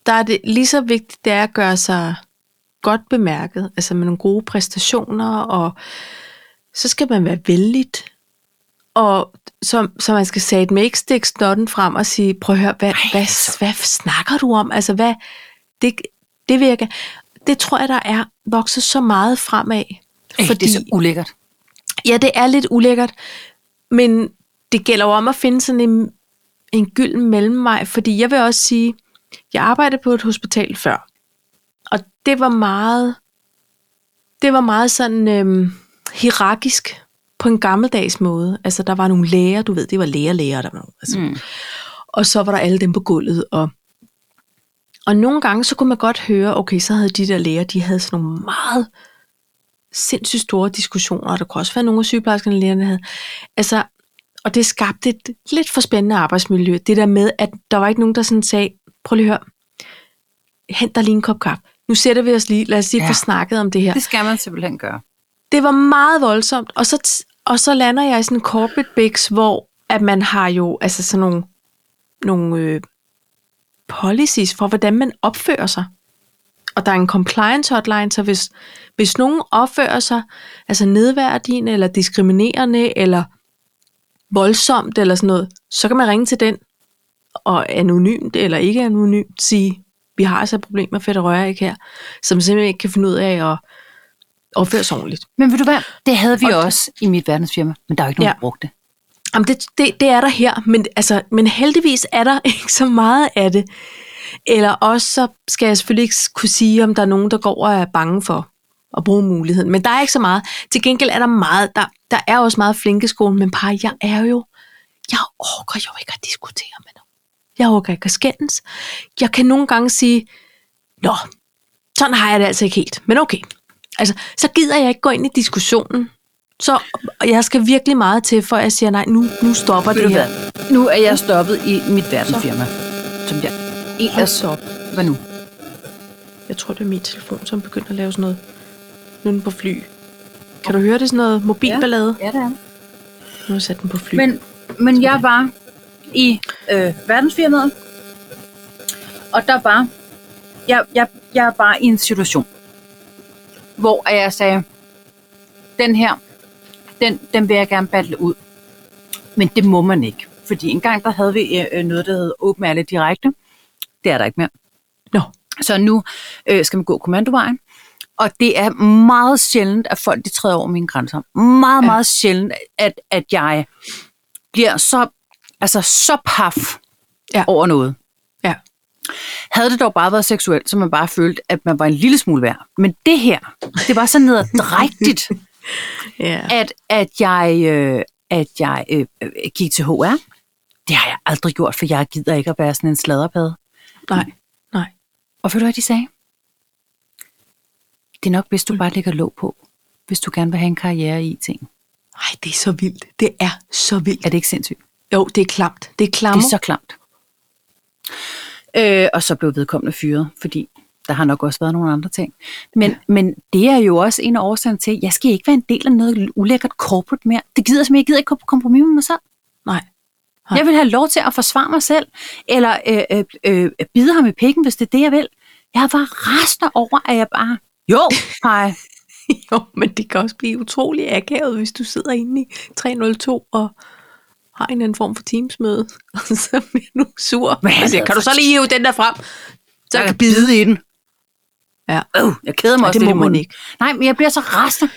Speaker 1: Der er det lige så vigtigt, det er at gøre sig godt bemærket, altså med nogle gode præstationer, og så skal man være vældigt, og så, så man skal sætte med ikke stikke snotten frem og sige, prøv at høre, hvad, hvad,
Speaker 2: altså."
Speaker 1: hvad snakker du om? Altså, hvad, det, det virker. Det tror jeg, der er vokset så meget fremad.
Speaker 2: Ej, Fordi... det er så ulækkert.
Speaker 1: Ja, det er lidt ulækkert, men det gælder jo om at finde sådan en, en gylden mellemvej, fordi jeg vil også sige, jeg arbejdede på et hospital før, og det var meget, det var meget sådan øhm, hierarkisk på en gammeldags måde. Altså, der var nogle læger, du ved, det var læger, læger, der var nogle, altså.
Speaker 2: Mm.
Speaker 1: mm. Og så var der alle dem på gulvet, og og nogle gange, så kunne man godt høre, okay, så havde de der læger, de havde sådan nogle meget sindssygt store diskussioner, og der kunne også være nogle af sygeplejerskerne, lærerne havde. Altså, og det skabte et lidt for spændende arbejdsmiljø. Det der med, at der var ikke nogen, der sådan sagde, prøv lige at høre, hent dig lige en kop kaffe. Nu sætter vi os lige, lad os lige
Speaker 2: Ja.
Speaker 1: ja. få snakket om det her.
Speaker 2: Det skal man simpelthen gøre.
Speaker 1: Det var meget voldsomt, og så, t- og så lander jeg i sådan en corporate bigs, hvor at man har jo altså sådan nogle, nogle øh, policies for, hvordan man opfører sig. Og der er en compliance hotline, så hvis, hvis nogen opfører sig altså nedværdigende, eller diskriminerende, eller voldsomt, eller sådan noget, så kan man ringe til den, og anonymt eller ikke anonymt sige, vi har altså et problem med fedt og røre ikke her, som simpelthen ikke kan finde ud af at opføre sig ordentligt.
Speaker 2: Men ved du hvad, det havde vi
Speaker 1: Og-
Speaker 2: også i mit verdensfirma, men der er jo ikke nogen,
Speaker 1: Ja.
Speaker 2: der brugte det.
Speaker 1: Jamen det, det, det er der her, men, altså, men heldigvis er der ikke så meget af det. Eller også så skal jeg selvfølgelig ikke kunne sige, om der er nogen, der går og er bange for at bruge muligheden. Men der er ikke så meget. Til gengæld er der meget. Der, der er også meget flinke i skolen, men par, jeg er jo... Jeg orker jo ikke at diskutere med nogen. Jeg orker ikke at skændes. Jeg kan nogle gange sige, Nå, sådan har jeg det altså ikke helt, men okay. Altså, så gider jeg ikke gå ind i diskussionen. Så og jeg skal virkelig meget til, for at jeg siger, nej, nu, nu stopper
Speaker 2: Ved
Speaker 1: det
Speaker 2: du
Speaker 1: her.
Speaker 2: hvad? Nu er jeg stoppet i mit verdensfirma, som jeg
Speaker 1: Hold
Speaker 2: ellers...
Speaker 1: da op.
Speaker 2: Hvad nu?
Speaker 1: Jeg tror, det er min telefon, som begynder at lave sådan noget. Nu er den på fly. Kan du høre det er sådan noget mobilballade?
Speaker 2: Ja, det er.
Speaker 1: Nu er sat den på fly.
Speaker 2: Men, men jeg var i øh, verdensfirmaet, og der var, jeg, jeg, jeg var i en situation, hvor jeg sagde, den her, den, den vil jeg gerne battle ud. Men det må man ikke. Fordi engang der havde vi øh, øh, noget, der hed åbne alle direkte. Det er der ikke mere.
Speaker 1: Nå,
Speaker 2: Så nu øh, skal man gå kommandovejen. Og det er meget sjældent, at folk de træder over mine grænser. Meget, ja. meget sjældent, at, at jeg bliver så, altså så paf ja.
Speaker 1: Ja.
Speaker 2: over noget.
Speaker 1: ja.
Speaker 2: Havde det dog bare været seksuelt, så man bare følte, at man var en lille smule værd. Men det her, det var så nederdrægtigt,
Speaker 1: Ja.
Speaker 2: at, at jeg, øh, at jeg øh, øh, gik til HR. Det har jeg aldrig gjort, for jeg gider ikke at være sådan en sladderpade.
Speaker 1: Nej, nej.
Speaker 2: Og ved du, hvad de sagde? Det er nok bedst, du bare lægger låg på, hvis du gerne vil have en karriere i IT.
Speaker 1: Nej, det er så vildt. Det er så vildt.
Speaker 2: Er det ikke sindssygt?
Speaker 1: Jo, det er klamt. Det er
Speaker 2: Det
Speaker 1: klammer.
Speaker 2: er så klamt. Øh, og så blev vedkommende fyret, fordi der har nok også været nogle andre ting. Men, ja. men det er jo også en af årsagen til, at jeg skal ikke være en del af noget ulækkert corporate mere. Det gider jeg simpelthen ikke. Jeg gider ikke gå på kompromis med mig selv.
Speaker 1: Nej.
Speaker 2: Nej. Jeg vil have lov til at forsvare mig selv, eller øh, øh, øh, bide ham i pikken, hvis det er det, jeg vil. Jeg var rasende over, at jeg bare... Jo, hej.
Speaker 1: Jo, men det kan også blive utrolig akavet, hvis du sidder inde i 302 og har en eller anden form for teamsmøde, og så bliver du sur.
Speaker 2: Hvad er
Speaker 1: Altså,
Speaker 2: det
Speaker 1: kan du
Speaker 2: for
Speaker 1: så lige hive den der frem? Så
Speaker 2: jeg kan bide i den.
Speaker 1: Ja.
Speaker 2: Øh, jeg keder mig
Speaker 1: Nej,
Speaker 2: også
Speaker 1: det
Speaker 2: lidt
Speaker 1: må
Speaker 2: i
Speaker 1: man
Speaker 2: munden.
Speaker 1: ikke.
Speaker 2: Nej, men jeg bliver så rasende.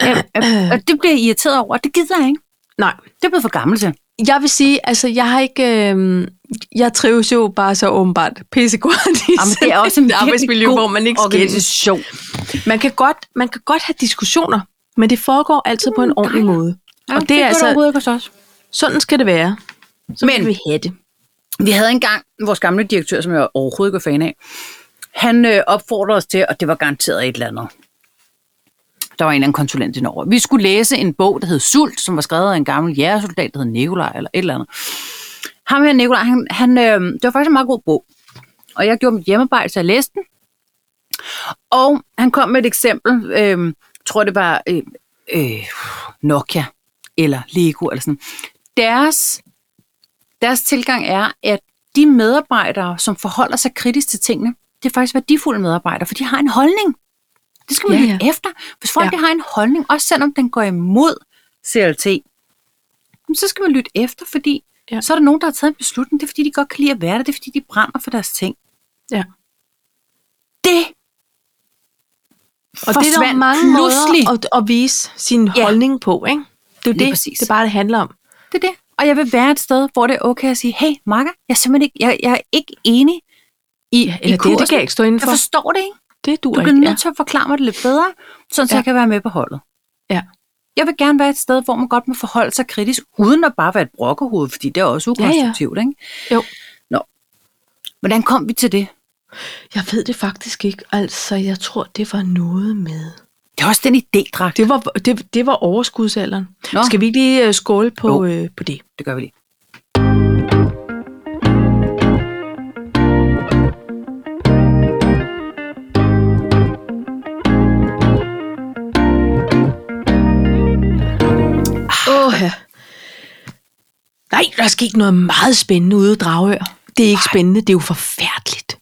Speaker 2: Jeg, jeg, og det bliver jeg irriteret over. Det gider jeg ikke.
Speaker 1: Nej.
Speaker 2: Det er blevet for gammel til.
Speaker 1: Jeg vil sige, altså jeg har ikke, øh, jeg trives jo bare så åbenbart pissegodt i
Speaker 2: Jamen, det
Speaker 1: sådan
Speaker 2: er også en
Speaker 1: et arbejdsmiljø,
Speaker 2: virkelig
Speaker 1: hvor
Speaker 2: god
Speaker 1: man ikke skændes.
Speaker 2: organisation.
Speaker 1: Man kan, godt, man kan godt have diskussioner, men det foregår altid på en ordentlig måde.
Speaker 2: Ja,
Speaker 1: Og Mm, det er
Speaker 2: gør
Speaker 1: altså-
Speaker 2: der overhovedet ikke hos os.
Speaker 1: Sådan skal det være. Så
Speaker 2: Men-
Speaker 1: men, vi have det.
Speaker 2: Vi havde engang vores gamle direktør, som jeg overhovedet ikke var fan af. Han øh, opfordrede os til, og det var garanteret et eller andet. Der var en eller anden konsulent i Norge. Vi skulle læse en bog, der hed Sult, som var skrevet af en gammel jægersoldat, der hed Nikolaj, eller et eller andet. Ham her, Nikolaj, han, han, øh, det var faktisk en meget god bog. Og jeg gjorde mit hjemmearbejde, så jeg læste den. Og han kom med et eksempel. Øh, tror det var øh, øh, Nokia eller Lego eller sådan. Deres deres tilgang er, at de medarbejdere, som forholder sig kritisk til tingene, det er faktisk værdifulde medarbejdere, for de har en holdning. Det skal man
Speaker 1: Ja,
Speaker 2: ja, ja. efter. Hvis folk
Speaker 1: Ja.
Speaker 2: ja. har en holdning, også selvom den går imod CLT, jamen, så skal man lytte efter, fordi ja.
Speaker 1: Ja.
Speaker 2: så er der nogen, der har taget en beslutning. Det er fordi, de godt kan lide at være der. Det er fordi, de brænder for deres ting.
Speaker 1: Ja.
Speaker 2: Det
Speaker 1: Og det er der jo
Speaker 2: forsvandt
Speaker 1: mange
Speaker 2: pludselig.
Speaker 1: måder at, at vise sin
Speaker 2: Ja.
Speaker 1: ja. holdning på, ikke? Det er jo
Speaker 2: Lige
Speaker 1: det,
Speaker 2: præcis.
Speaker 1: det er bare det handler om.
Speaker 2: Det er det. Og jeg vil være et sted, hvor det er okay at sige, hey, Marker, jeg er simpelthen ikke, jeg, jeg er ikke enig i, ja,
Speaker 1: Eller
Speaker 2: i kursen.
Speaker 1: det, det kan jeg ikke stå
Speaker 2: jeg
Speaker 1: indenfor.
Speaker 2: forstår det ikke.
Speaker 1: Det du
Speaker 2: Du
Speaker 1: ikke.
Speaker 2: bliver
Speaker 1: ja.
Speaker 2: nødt til at forklare mig det lidt bedre, sådan så
Speaker 1: Ja.
Speaker 2: jeg kan være med på holdet.
Speaker 1: Ja.
Speaker 2: Jeg vil gerne være et sted, hvor man godt må forholde sig kritisk, uden at bare være et brokkerhoved, fordi det er også
Speaker 1: Ja, ja.
Speaker 2: ukonstruktivt, ja, ja. ikke?
Speaker 1: Jo.
Speaker 2: Nå. Hvordan kom vi til det?
Speaker 1: Jeg ved det faktisk ikke. Altså, jeg tror, det var noget med...
Speaker 2: Det er også den idédragt.
Speaker 1: Det var, det, det var overskudsalderen.
Speaker 2: Nå.
Speaker 1: Nå. Skal vi ikke lige øh, skåle
Speaker 2: Jo.
Speaker 1: på, øh, på det?
Speaker 2: Det gør vi lige.
Speaker 1: Åh, ja. Nej, der er sket noget meget spændende ude i Dragør. Det er ikke
Speaker 2: Ej.
Speaker 1: spændende, det er jo forfærdeligt.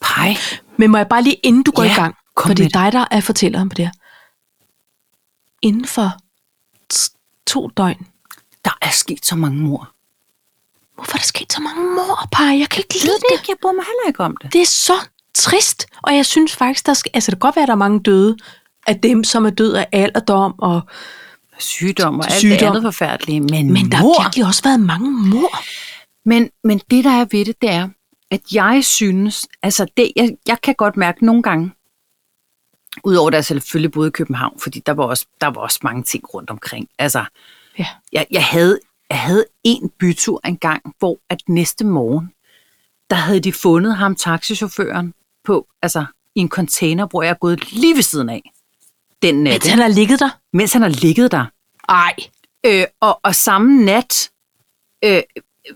Speaker 2: Pej.
Speaker 1: Men må jeg bare lige, inden du går
Speaker 2: Ja,
Speaker 1: i gang,
Speaker 2: kom
Speaker 1: for det
Speaker 2: med
Speaker 1: er dig, der er fortælleren på det her. Inden for t- to døgn.
Speaker 2: Der er sket så mange mor.
Speaker 1: Hvorfor er der sket så mange mor, par? Jeg kan ikke lide det.
Speaker 2: ikke, jeg bryder mig heller ikke om det.
Speaker 1: Det er så trist, og jeg synes faktisk, der skal, altså det kan godt være, at der er mange døde af dem, som er døde af alderdom, og,
Speaker 2: Sygdom og alt det
Speaker 1: Sygdom.
Speaker 2: andet forfærdelige, men,
Speaker 1: men der
Speaker 2: mor.
Speaker 1: har virkelig også været mange mor.
Speaker 2: Men, men det, der er ved det, det er, at jeg synes, altså det, jeg, jeg kan godt mærke nogle gange, udover at jeg selvfølgelig boede i København, fordi der var også, der var også mange ting rundt omkring. Altså,
Speaker 1: Ja.
Speaker 2: jeg, jeg, havde, jeg havde en bytur engang, hvor at næste morgen, der havde de fundet ham, taxichaufføren, på, altså, i en container, hvor jeg er gået lige ved siden af den nat,
Speaker 1: Mens han har ligget der.
Speaker 2: mens han har ligget der.
Speaker 1: Ej.
Speaker 2: Øh, og, og samme nat, øh,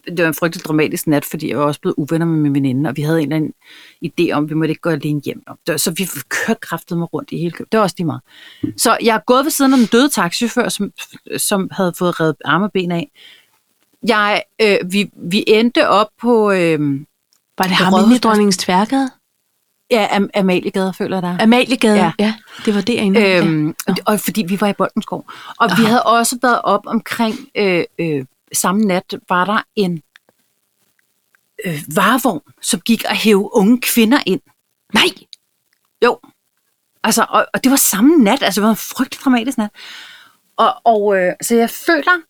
Speaker 2: det var en frygtelig dramatisk nat, fordi jeg var også blevet uvenner med min veninde, og vi havde en eller anden idé om, at vi måtte ikke gå alene hjem. Og det- Så vi kørte kraftet mig rundt i hele København. Det var også lige meget. Så jeg er gået ved siden af den døde taxichauffør, som, som havde fået reddet arme og ben af. Jeg, øh, vi, vi endte op på øh,
Speaker 1: Var det
Speaker 2: Det
Speaker 1: ham inde i
Speaker 2: Rådhuspladsen.
Speaker 1: dronningens tværgade?
Speaker 2: ja, Am- Amaliegade, føler jeg, der er.
Speaker 1: Amaliegade?
Speaker 2: Ja.
Speaker 1: Ja. ja. det var derinde. ja.
Speaker 2: Øhm, og, og fordi vi var i Boldenskov. Og vi havde også været op omkring øh, øh, samme nat, var der en øh, varevogn, som gik og hævde unge kvinder ind.
Speaker 1: Nej,
Speaker 2: Jo. Altså, og, og det var samme nat, altså det var en frygtelig dramatisk nat. Og, og øh, så jeg føler,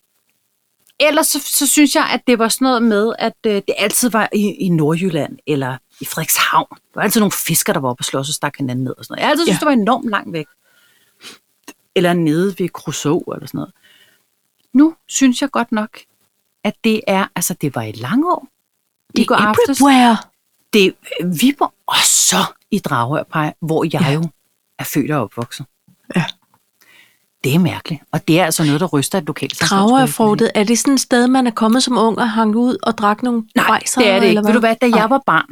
Speaker 2: ellers så, så synes jeg, at det var sådan noget med, at øh, det altid var i, i Nordjylland eller i Frederikshavn. Der var altid nogle fisker, der var oppe og slås og stak hinanden ned og sådan noget. Jeg har altid synes,
Speaker 1: Ja.
Speaker 2: det var enormt langt væk. Eller nede ved Crusoe eller sådan noget. Nu synes jeg godt nok, at det er, altså det var i Langå.
Speaker 1: det
Speaker 2: går
Speaker 1: er
Speaker 2: aftes
Speaker 1: everywhere.
Speaker 2: det er Viborg og så i Dragørpej, hvor jeg ja.
Speaker 1: Ja.
Speaker 2: jo er født og opvokset.
Speaker 1: Ja.
Speaker 2: Det er mærkeligt. Og det er altså noget, der ryster et lokalt
Speaker 1: Dragerfortet, er det sådan et sted, man er kommet som ung og hang ud og drak nogle
Speaker 2: Nej,
Speaker 1: bajser,
Speaker 2: det er det
Speaker 1: eller
Speaker 2: ikke. Ved du hvad, da
Speaker 1: Nej.
Speaker 2: jeg var barn,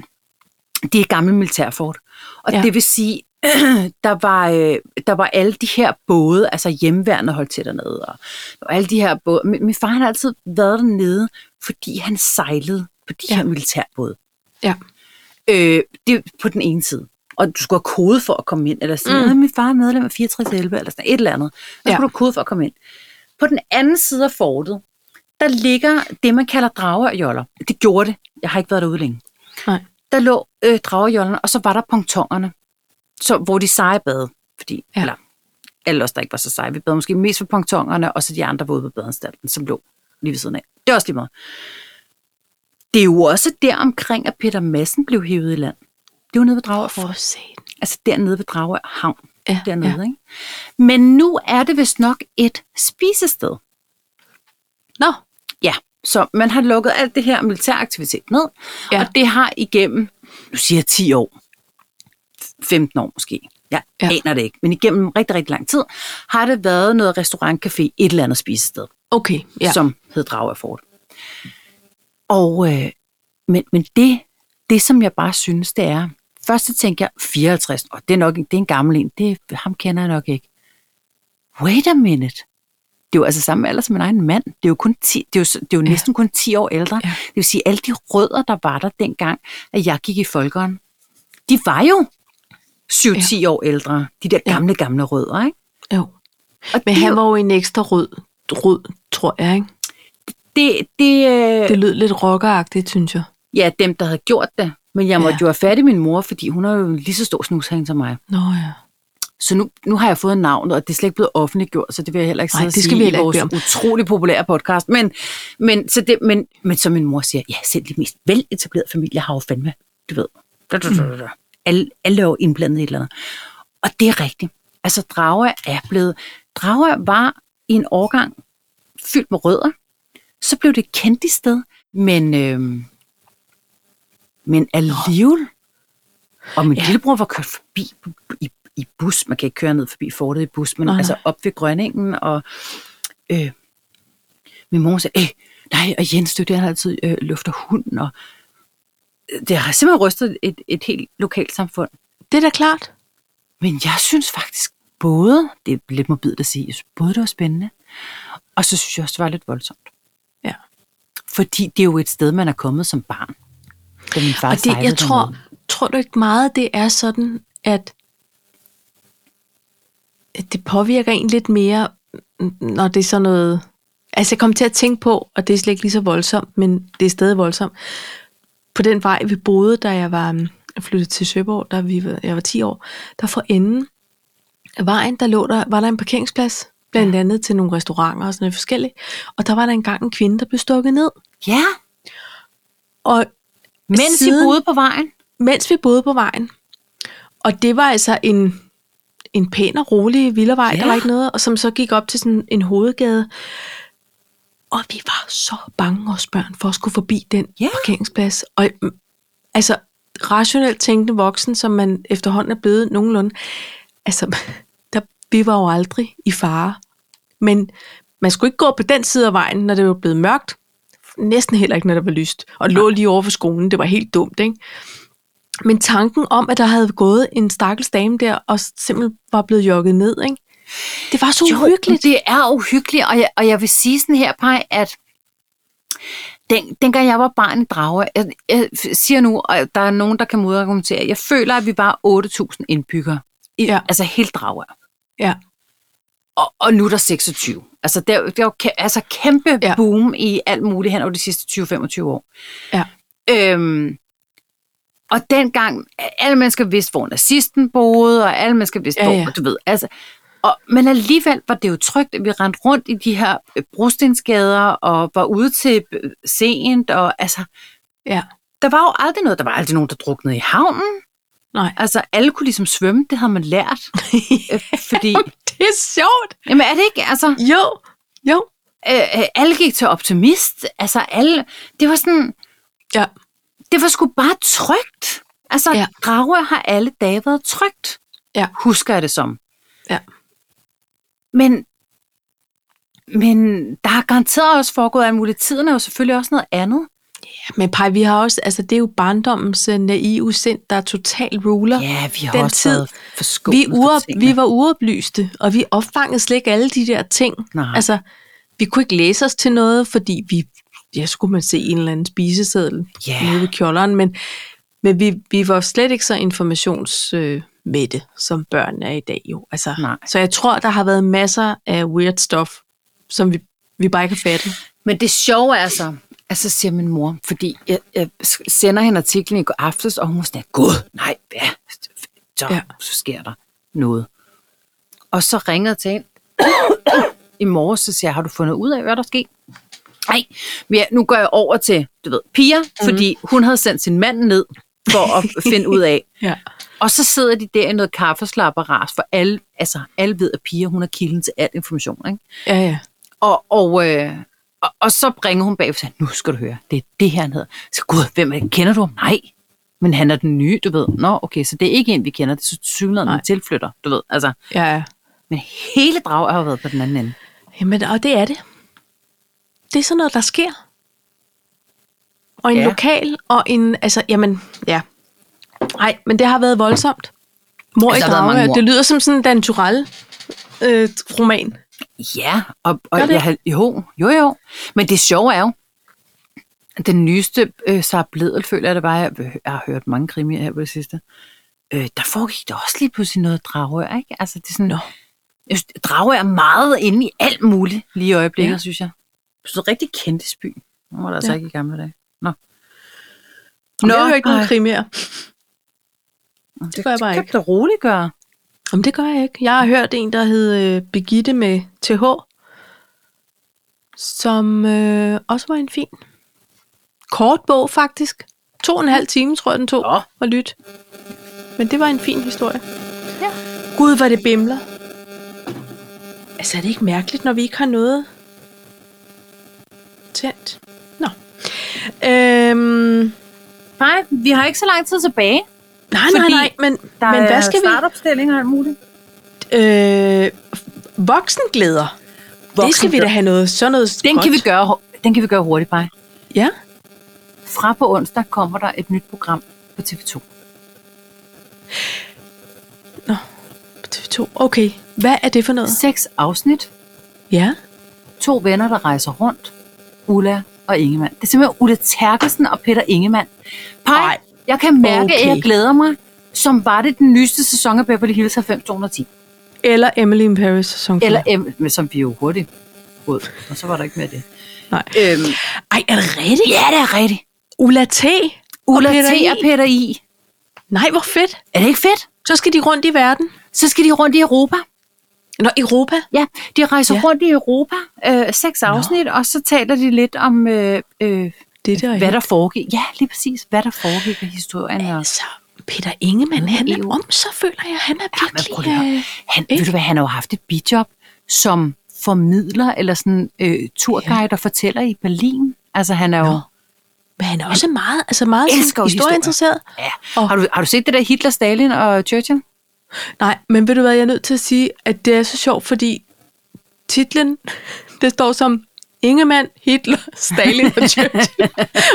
Speaker 2: det er et gammelt militærfort. Og ja.
Speaker 1: Ja.
Speaker 2: det vil sige, der var, øh, der var alle de her både, altså hjemværende holdt til dernede, og, og alle de her både. Min, min far han har altid været dernede, fordi han sejlede på de ja.
Speaker 1: Ja.
Speaker 2: her militærbåde.
Speaker 1: Ja.
Speaker 2: Øh, det er på den ene side. Og du skulle have kode for at komme ind, eller sige,
Speaker 1: Mm.
Speaker 2: mm. min far er medlem af 6411, eller sådan et eller andet. Så
Speaker 1: Ja.
Speaker 2: skulle du have kode for at komme ind. På den anden side af fortet, der ligger det, man kalder dragerjoller. Det gjorde det. Jeg har ikke været derude længe.
Speaker 1: Nej.
Speaker 2: der lå øh, dragerjollerne, og så var der pontongerne, så, hvor de seje bade. Fordi,
Speaker 1: Ja.
Speaker 2: ja. eller, alle os, der ikke var så seje, vi bad måske mest for pontongerne, og så de andre var ude på badeanstalten, som lå lige ved siden af. Det er også lige meget. Det er jo også der omkring, at Peter Madsen blev hivet i land. Det var nede ved Dragør
Speaker 1: For at se den.
Speaker 2: Altså dernede ved Dragør Havn.
Speaker 1: Ja,
Speaker 2: dernede, ja. ikke? Men nu er det vist nok et spisested.
Speaker 1: Nå,
Speaker 2: Ja, så man har lukket alt det her militæraktivitet ned,
Speaker 1: Ja.
Speaker 2: ja. og det har igennem, nu siger jeg 10 år, 15 år måske, jeg
Speaker 1: Ja.
Speaker 2: ja. aner det ikke, men igennem rigtig, rigtig lang tid, har det været noget restaurantcafé, et eller andet spisested,
Speaker 1: okay. Ja.
Speaker 2: ja. som hed Dragerfort. Og, øh, men, men det, det, som jeg bare synes, det er, først så tænker jeg, 54, og det er nok en- det er en gammel en, det, ham kender jeg nok ikke. Wait a minute. Det er jo altså samme alder som min egen mand. Det er jo, kun 10, det er jo, s- det er jo næsten kun 10 år ældre.
Speaker 1: Ja.
Speaker 2: Det vil sige, alle de rødder, der var der dengang, at jeg gik i folkeren, de var jo 7-10 år ældre. De der
Speaker 1: Ja.
Speaker 2: gamle, gamle rødder, ikke?
Speaker 1: Jo.
Speaker 2: Og
Speaker 1: Men
Speaker 2: det, er
Speaker 1: han
Speaker 2: jo-
Speaker 1: var jo en ekstra rød, rød tror jeg, ikke?
Speaker 2: det, det, øh,
Speaker 1: Det lød lidt rockeragtigt, synes jeg.
Speaker 2: Ja, dem, der havde gjort det. Men jeg måtte
Speaker 1: Ja.
Speaker 2: ja. jo have fat i min mor, fordi hun har jo en lige så stor snushæng som mig.
Speaker 1: Nå ja.
Speaker 2: Så nu, nu har jeg fået navnet, og det er slet ikke blevet offentliggjort, så det vil jeg heller ikke
Speaker 1: Nej,
Speaker 2: sidde og
Speaker 1: det skal
Speaker 2: sige
Speaker 1: vi heller
Speaker 2: i
Speaker 1: ikke
Speaker 2: vores
Speaker 1: bede
Speaker 2: utrolig populære podcast. Men, men, så det, men, men som min mor siger, ja, selv de mest veletablerede familier har jo fandme, du ved, da, da, da, da, da. Alle, alle er jo indblandet i et eller andet. Og det er rigtigt. Altså, drager er blevet... Drager var i en årgang fyldt med rødder. Så blev det kendt i sted, men, øhm, men alligevel... Og min ja. lillebror var kørt forbi i, i bus. Man kan ikke køre ned forbi fortet i bus, men
Speaker 1: Nej, nej.
Speaker 2: altså op ved Grønningen, og øh, min mor sagde, Æh, nej, og Jens, det er jo det, han altid øh, lufter hunden, og øh, det har simpelthen rystet et, et helt lokalt samfund.
Speaker 1: Det er da klart.
Speaker 2: Men jeg synes faktisk både, det er lidt morbidt at sige, jeg synes både det var spændende, og så synes jeg også, det var lidt voldsomt.
Speaker 1: Ja.
Speaker 2: Fordi det er jo et sted, man er kommet som barn. Da min far
Speaker 1: Og det,
Speaker 2: sejlede
Speaker 1: jeg tror,
Speaker 2: dernede.
Speaker 1: tror du ikke meget, det er sådan, at at det påvirker en lidt mere, n- når det er sådan noget... Altså jeg kom til at tænke på, og det er slet ikke lige så voldsomt, men det er stadig voldsomt. På den vej, vi boede, da jeg var mm, flyttet til Søborg, da vi var, jeg var 10 år, der for enden af vejen, der lå der, var der en parkeringsplads, blandt andet til nogle restauranter og sådan noget forskelligt. Og der var der engang en kvinde, der blev stukket ned.
Speaker 2: Ja,
Speaker 1: Og
Speaker 2: mens Siden...
Speaker 1: Siden-
Speaker 2: I boede på vejen.
Speaker 1: mens vi boede på vejen. Og det var altså en, en pæn og rolig villavej, ja.
Speaker 2: Ja.
Speaker 1: der var ikke noget, og som så gik op til sådan en hovedgade. Og vi var så bange, os børn, for at skulle forbi den ja.
Speaker 2: Ja.
Speaker 1: parkeringsplads. Og mm, altså, rationelt tænkende voksen, som man efterhånden er blevet nogenlunde, altså, der, vi var jo aldrig i fare. Men man skulle ikke gå på den side af vejen, når det var blevet mørkt. Næsten heller ikke, når der var lyst. Og lå lige over for skolen. Det var helt dumt, ikke? Men tanken om, at der havde gået en stakkels dame der, og simpelthen var blevet jogget ned, ikke? Det var så uhyggeligt.
Speaker 2: Det er uhyggeligt, og jeg, og jeg vil sige sådan her, Paj, at den, dengang jeg var barn i Drage, jeg, jeg siger nu, og der er nogen, der kan modargumentere, jeg føler, at vi var 8.000 indbyggere. I,
Speaker 1: Ja.
Speaker 2: ja. Altså helt Drage.
Speaker 1: Ja.
Speaker 2: Og, og nu er der 26. Altså, der, der er jo kæ- altså kæmpe
Speaker 1: Ja.
Speaker 2: ja. boom i alt muligt hen over de sidste 20-25 år.
Speaker 1: Ja.
Speaker 2: Øhm, og dengang, alle mennesker vidste, hvor nazisten boede, og alle mennesker vidste,
Speaker 1: Ja,
Speaker 2: ja, ja.
Speaker 1: ja.
Speaker 2: hvor, du ved, altså. Og, men alligevel var det jo trygt, at vi rendte rundt i de her øh, brostensgader, og var ude til øh, sent, og altså,
Speaker 1: Ja,
Speaker 2: der var jo aldrig noget, der var aldrig nogen, der druknede i havnen.
Speaker 1: nej.
Speaker 2: Altså, alle kunne ligesom svømme, det havde man lært. øh, fordi,
Speaker 1: Det er sjovt.
Speaker 2: jamen er det ikke, altså...
Speaker 1: Jo, jo.
Speaker 2: øh, øh, alle gik til optimist. Altså alle, det var sådan,
Speaker 1: Ja,
Speaker 2: det var sgu bare trygt. Altså,
Speaker 1: Ja.
Speaker 2: ja. Drage har alle dage været trygt.
Speaker 1: Ja.
Speaker 2: Husker jeg det som.
Speaker 1: Ja.
Speaker 2: Men, men der har garanteret også foregået alt muligt. Tiden er jo selvfølgelig også noget andet.
Speaker 1: men Paj, vi har også, altså det er jo barndommens øh, naive sind, der er total ruler.
Speaker 2: Ja, vi har
Speaker 1: Den
Speaker 2: også
Speaker 1: tid,
Speaker 2: været forskånet
Speaker 1: vi,
Speaker 2: for
Speaker 1: uop,
Speaker 2: tingene.
Speaker 1: vi var uoplyste, og vi opfangede slet ikke alle de der ting.
Speaker 2: Nej.
Speaker 1: Altså, vi kunne ikke læse os til noget, fordi vi, ja, skulle man se en eller anden spiseseddel
Speaker 2: Ja.
Speaker 1: nede ved kjolderen, men, men vi, vi var slet ikke så informationsmætte, som børn er i dag jo. Altså,
Speaker 2: Nej.
Speaker 1: Så jeg tror, der har været masser af weird stuff, som vi, vi bare ikke har fattet.
Speaker 2: Men det sjove er så, Altså siger min mor, fordi jeg, jeg sender hende artiklen i går aftes, og hun var sådan, her, gud, nej, hvad? Så, ja.
Speaker 1: Ja.
Speaker 2: så sker der noget. Og så ringede jeg til hende i morges, så siger jeg, har du fundet ud af, hvad der sker? Nej, men ja, nu går jeg over til, du ved, Pia, mm. fordi hun havde sendt sin mand ned for at finde ud af.
Speaker 1: Ja.
Speaker 2: Og så sidder de der i noget kaffeslapperas, for alle, altså, alle ved, at Pia, hun er kilden til al information, ikke?
Speaker 1: Ja, ja.
Speaker 2: Og, og, øh, og, og så ringer hun bag og siger, nu skal du høre, det er det her, han hedder. Så gud, hvem er det? Kender du ham? Nej. Men han er den nye, du ved. Nå, okay, så det er ikke en, vi kender. Det er synligheden,
Speaker 1: Nej.
Speaker 2: han tilflytter, du ved. Altså,
Speaker 1: ja, ja.
Speaker 2: men hele drag har jo været på den anden ende.
Speaker 1: Jamen, og det er det. Det er sådan noget, der sker. Og en
Speaker 2: Ja.
Speaker 1: ja. lokal, og en, altså, jamen, ja. Nej, men det har været voldsomt. Mor
Speaker 2: Altså,
Speaker 1: altså, i
Speaker 2: der har været mange
Speaker 1: drage,
Speaker 2: mord.
Speaker 1: det lyder som sådan en Dan øh, Turell-roman.
Speaker 2: Ja, og, og
Speaker 1: Gør det
Speaker 2: jeg, havde- jo, jo, jo. Men det sjove er jo, at den nyeste øh, Sara Bledel, føler jeg det bare, jeg, jeg har hørt mange krimier her på det sidste, øh, der foregik der også lige pludselig noget dragør, ikke? Altså, det er sådan,
Speaker 1: Nå.
Speaker 2: jeg synes, dragør er meget inde i alt muligt lige i øjeblikket, ja.
Speaker 1: Ja.
Speaker 2: synes jeg. Så rigtig kendtisby. Nu var der altså
Speaker 1: Ja.
Speaker 2: ikke i gamle dage. Nå.
Speaker 1: Nå, jeg hører ikke
Speaker 2: ej,
Speaker 1: nogen krimier.
Speaker 2: det,
Speaker 1: gør jeg bare
Speaker 2: det
Speaker 1: ikke.
Speaker 2: kan du roligt gøre.
Speaker 1: Jamen, det gør jeg ikke. Jeg har hørt en, der hed øh, Begitte med TH, som øh, også var en fin kort bog, faktisk. To og en halv time, tror jeg, den tog
Speaker 2: Nå.
Speaker 1: at lytte. Men det var en fin historie.
Speaker 2: Ja.
Speaker 1: Gud, hvor det bimler. Altså, er det ikke mærkeligt, når vi ikke har noget tændt? Nå. Øhm,
Speaker 2: Nej, vi har ikke så lang tid tilbage.
Speaker 1: nej, nej,
Speaker 2: Fordi
Speaker 1: nej, men, men hvad skal vi?
Speaker 2: startopstilling og alt muligt.
Speaker 1: Øh, voksenglæder. Det skal vi da have noget, sådan noget
Speaker 2: Den
Speaker 1: godt.
Speaker 2: kan, vi gøre, den kan vi gøre hurtigt, bare.
Speaker 1: Ja.
Speaker 2: Fra på onsdag kommer der et nyt program på TV2.
Speaker 1: På TV2. Okay. Hvad er det for noget?
Speaker 2: Seks afsnit.
Speaker 1: Ja.
Speaker 2: To venner, der rejser rundt. Ulla og Ingemann. Det er simpelthen Ulla Terkelsen og Peter Ingemann. Pej,
Speaker 1: Ej,
Speaker 2: jeg kan mærke, okay. at
Speaker 1: okay.
Speaker 2: jeg glæder mig, som var det den nyeste sæson af Beverly Hills 90210.
Speaker 1: Eller Emily in Paris sæson
Speaker 2: Eller M, men som vi jo hurtigt brød. Og så var der ikke mere det.
Speaker 1: Nej.
Speaker 2: Øhm,
Speaker 1: Ej, er det rigtigt?
Speaker 2: ja, det er rigtigt.
Speaker 1: Ulla T.
Speaker 2: Ulla T.
Speaker 1: Peter I.
Speaker 2: og Peter I.
Speaker 1: Nej, hvor fedt.
Speaker 2: Er det ikke fedt?
Speaker 1: Så skal de rundt i verden.
Speaker 2: Så skal de rundt i Europa.
Speaker 1: Nå, Europa.
Speaker 2: Ja, de rejser ja.
Speaker 1: Ja.
Speaker 2: rundt i Europa, øh, seks afsnit, og så taler de lidt om, øh, øh,
Speaker 1: Det der
Speaker 2: hvad der foregik. Ja, lige præcis, hvad der foregik i historien. Og,
Speaker 1: Altså, Peter Ingemann, han
Speaker 2: EU.
Speaker 1: er om, så føler jeg. Han er
Speaker 2: men prøv
Speaker 1: virkelig...
Speaker 2: lige at høre.
Speaker 1: øh,
Speaker 2: han, ved du hvad, han har jo haft et bidjob som formidler eller sådan øh, turguide, ja. der fortæller i Berlin. Altså han er jo...
Speaker 1: Nå. men han er også meget, altså meget
Speaker 2: Elsker
Speaker 1: sådan
Speaker 2: jo historie.
Speaker 1: historieinteresseret.
Speaker 2: Ja.
Speaker 1: Og-
Speaker 2: Har, du, har du set det der Hitler, Stalin og Churchill?
Speaker 1: Nej, men ved du hvad, jeg er nødt til at sige, at det er så sjovt, fordi titlen, det står som Ingemann, Hitler, Stalin og Churchill.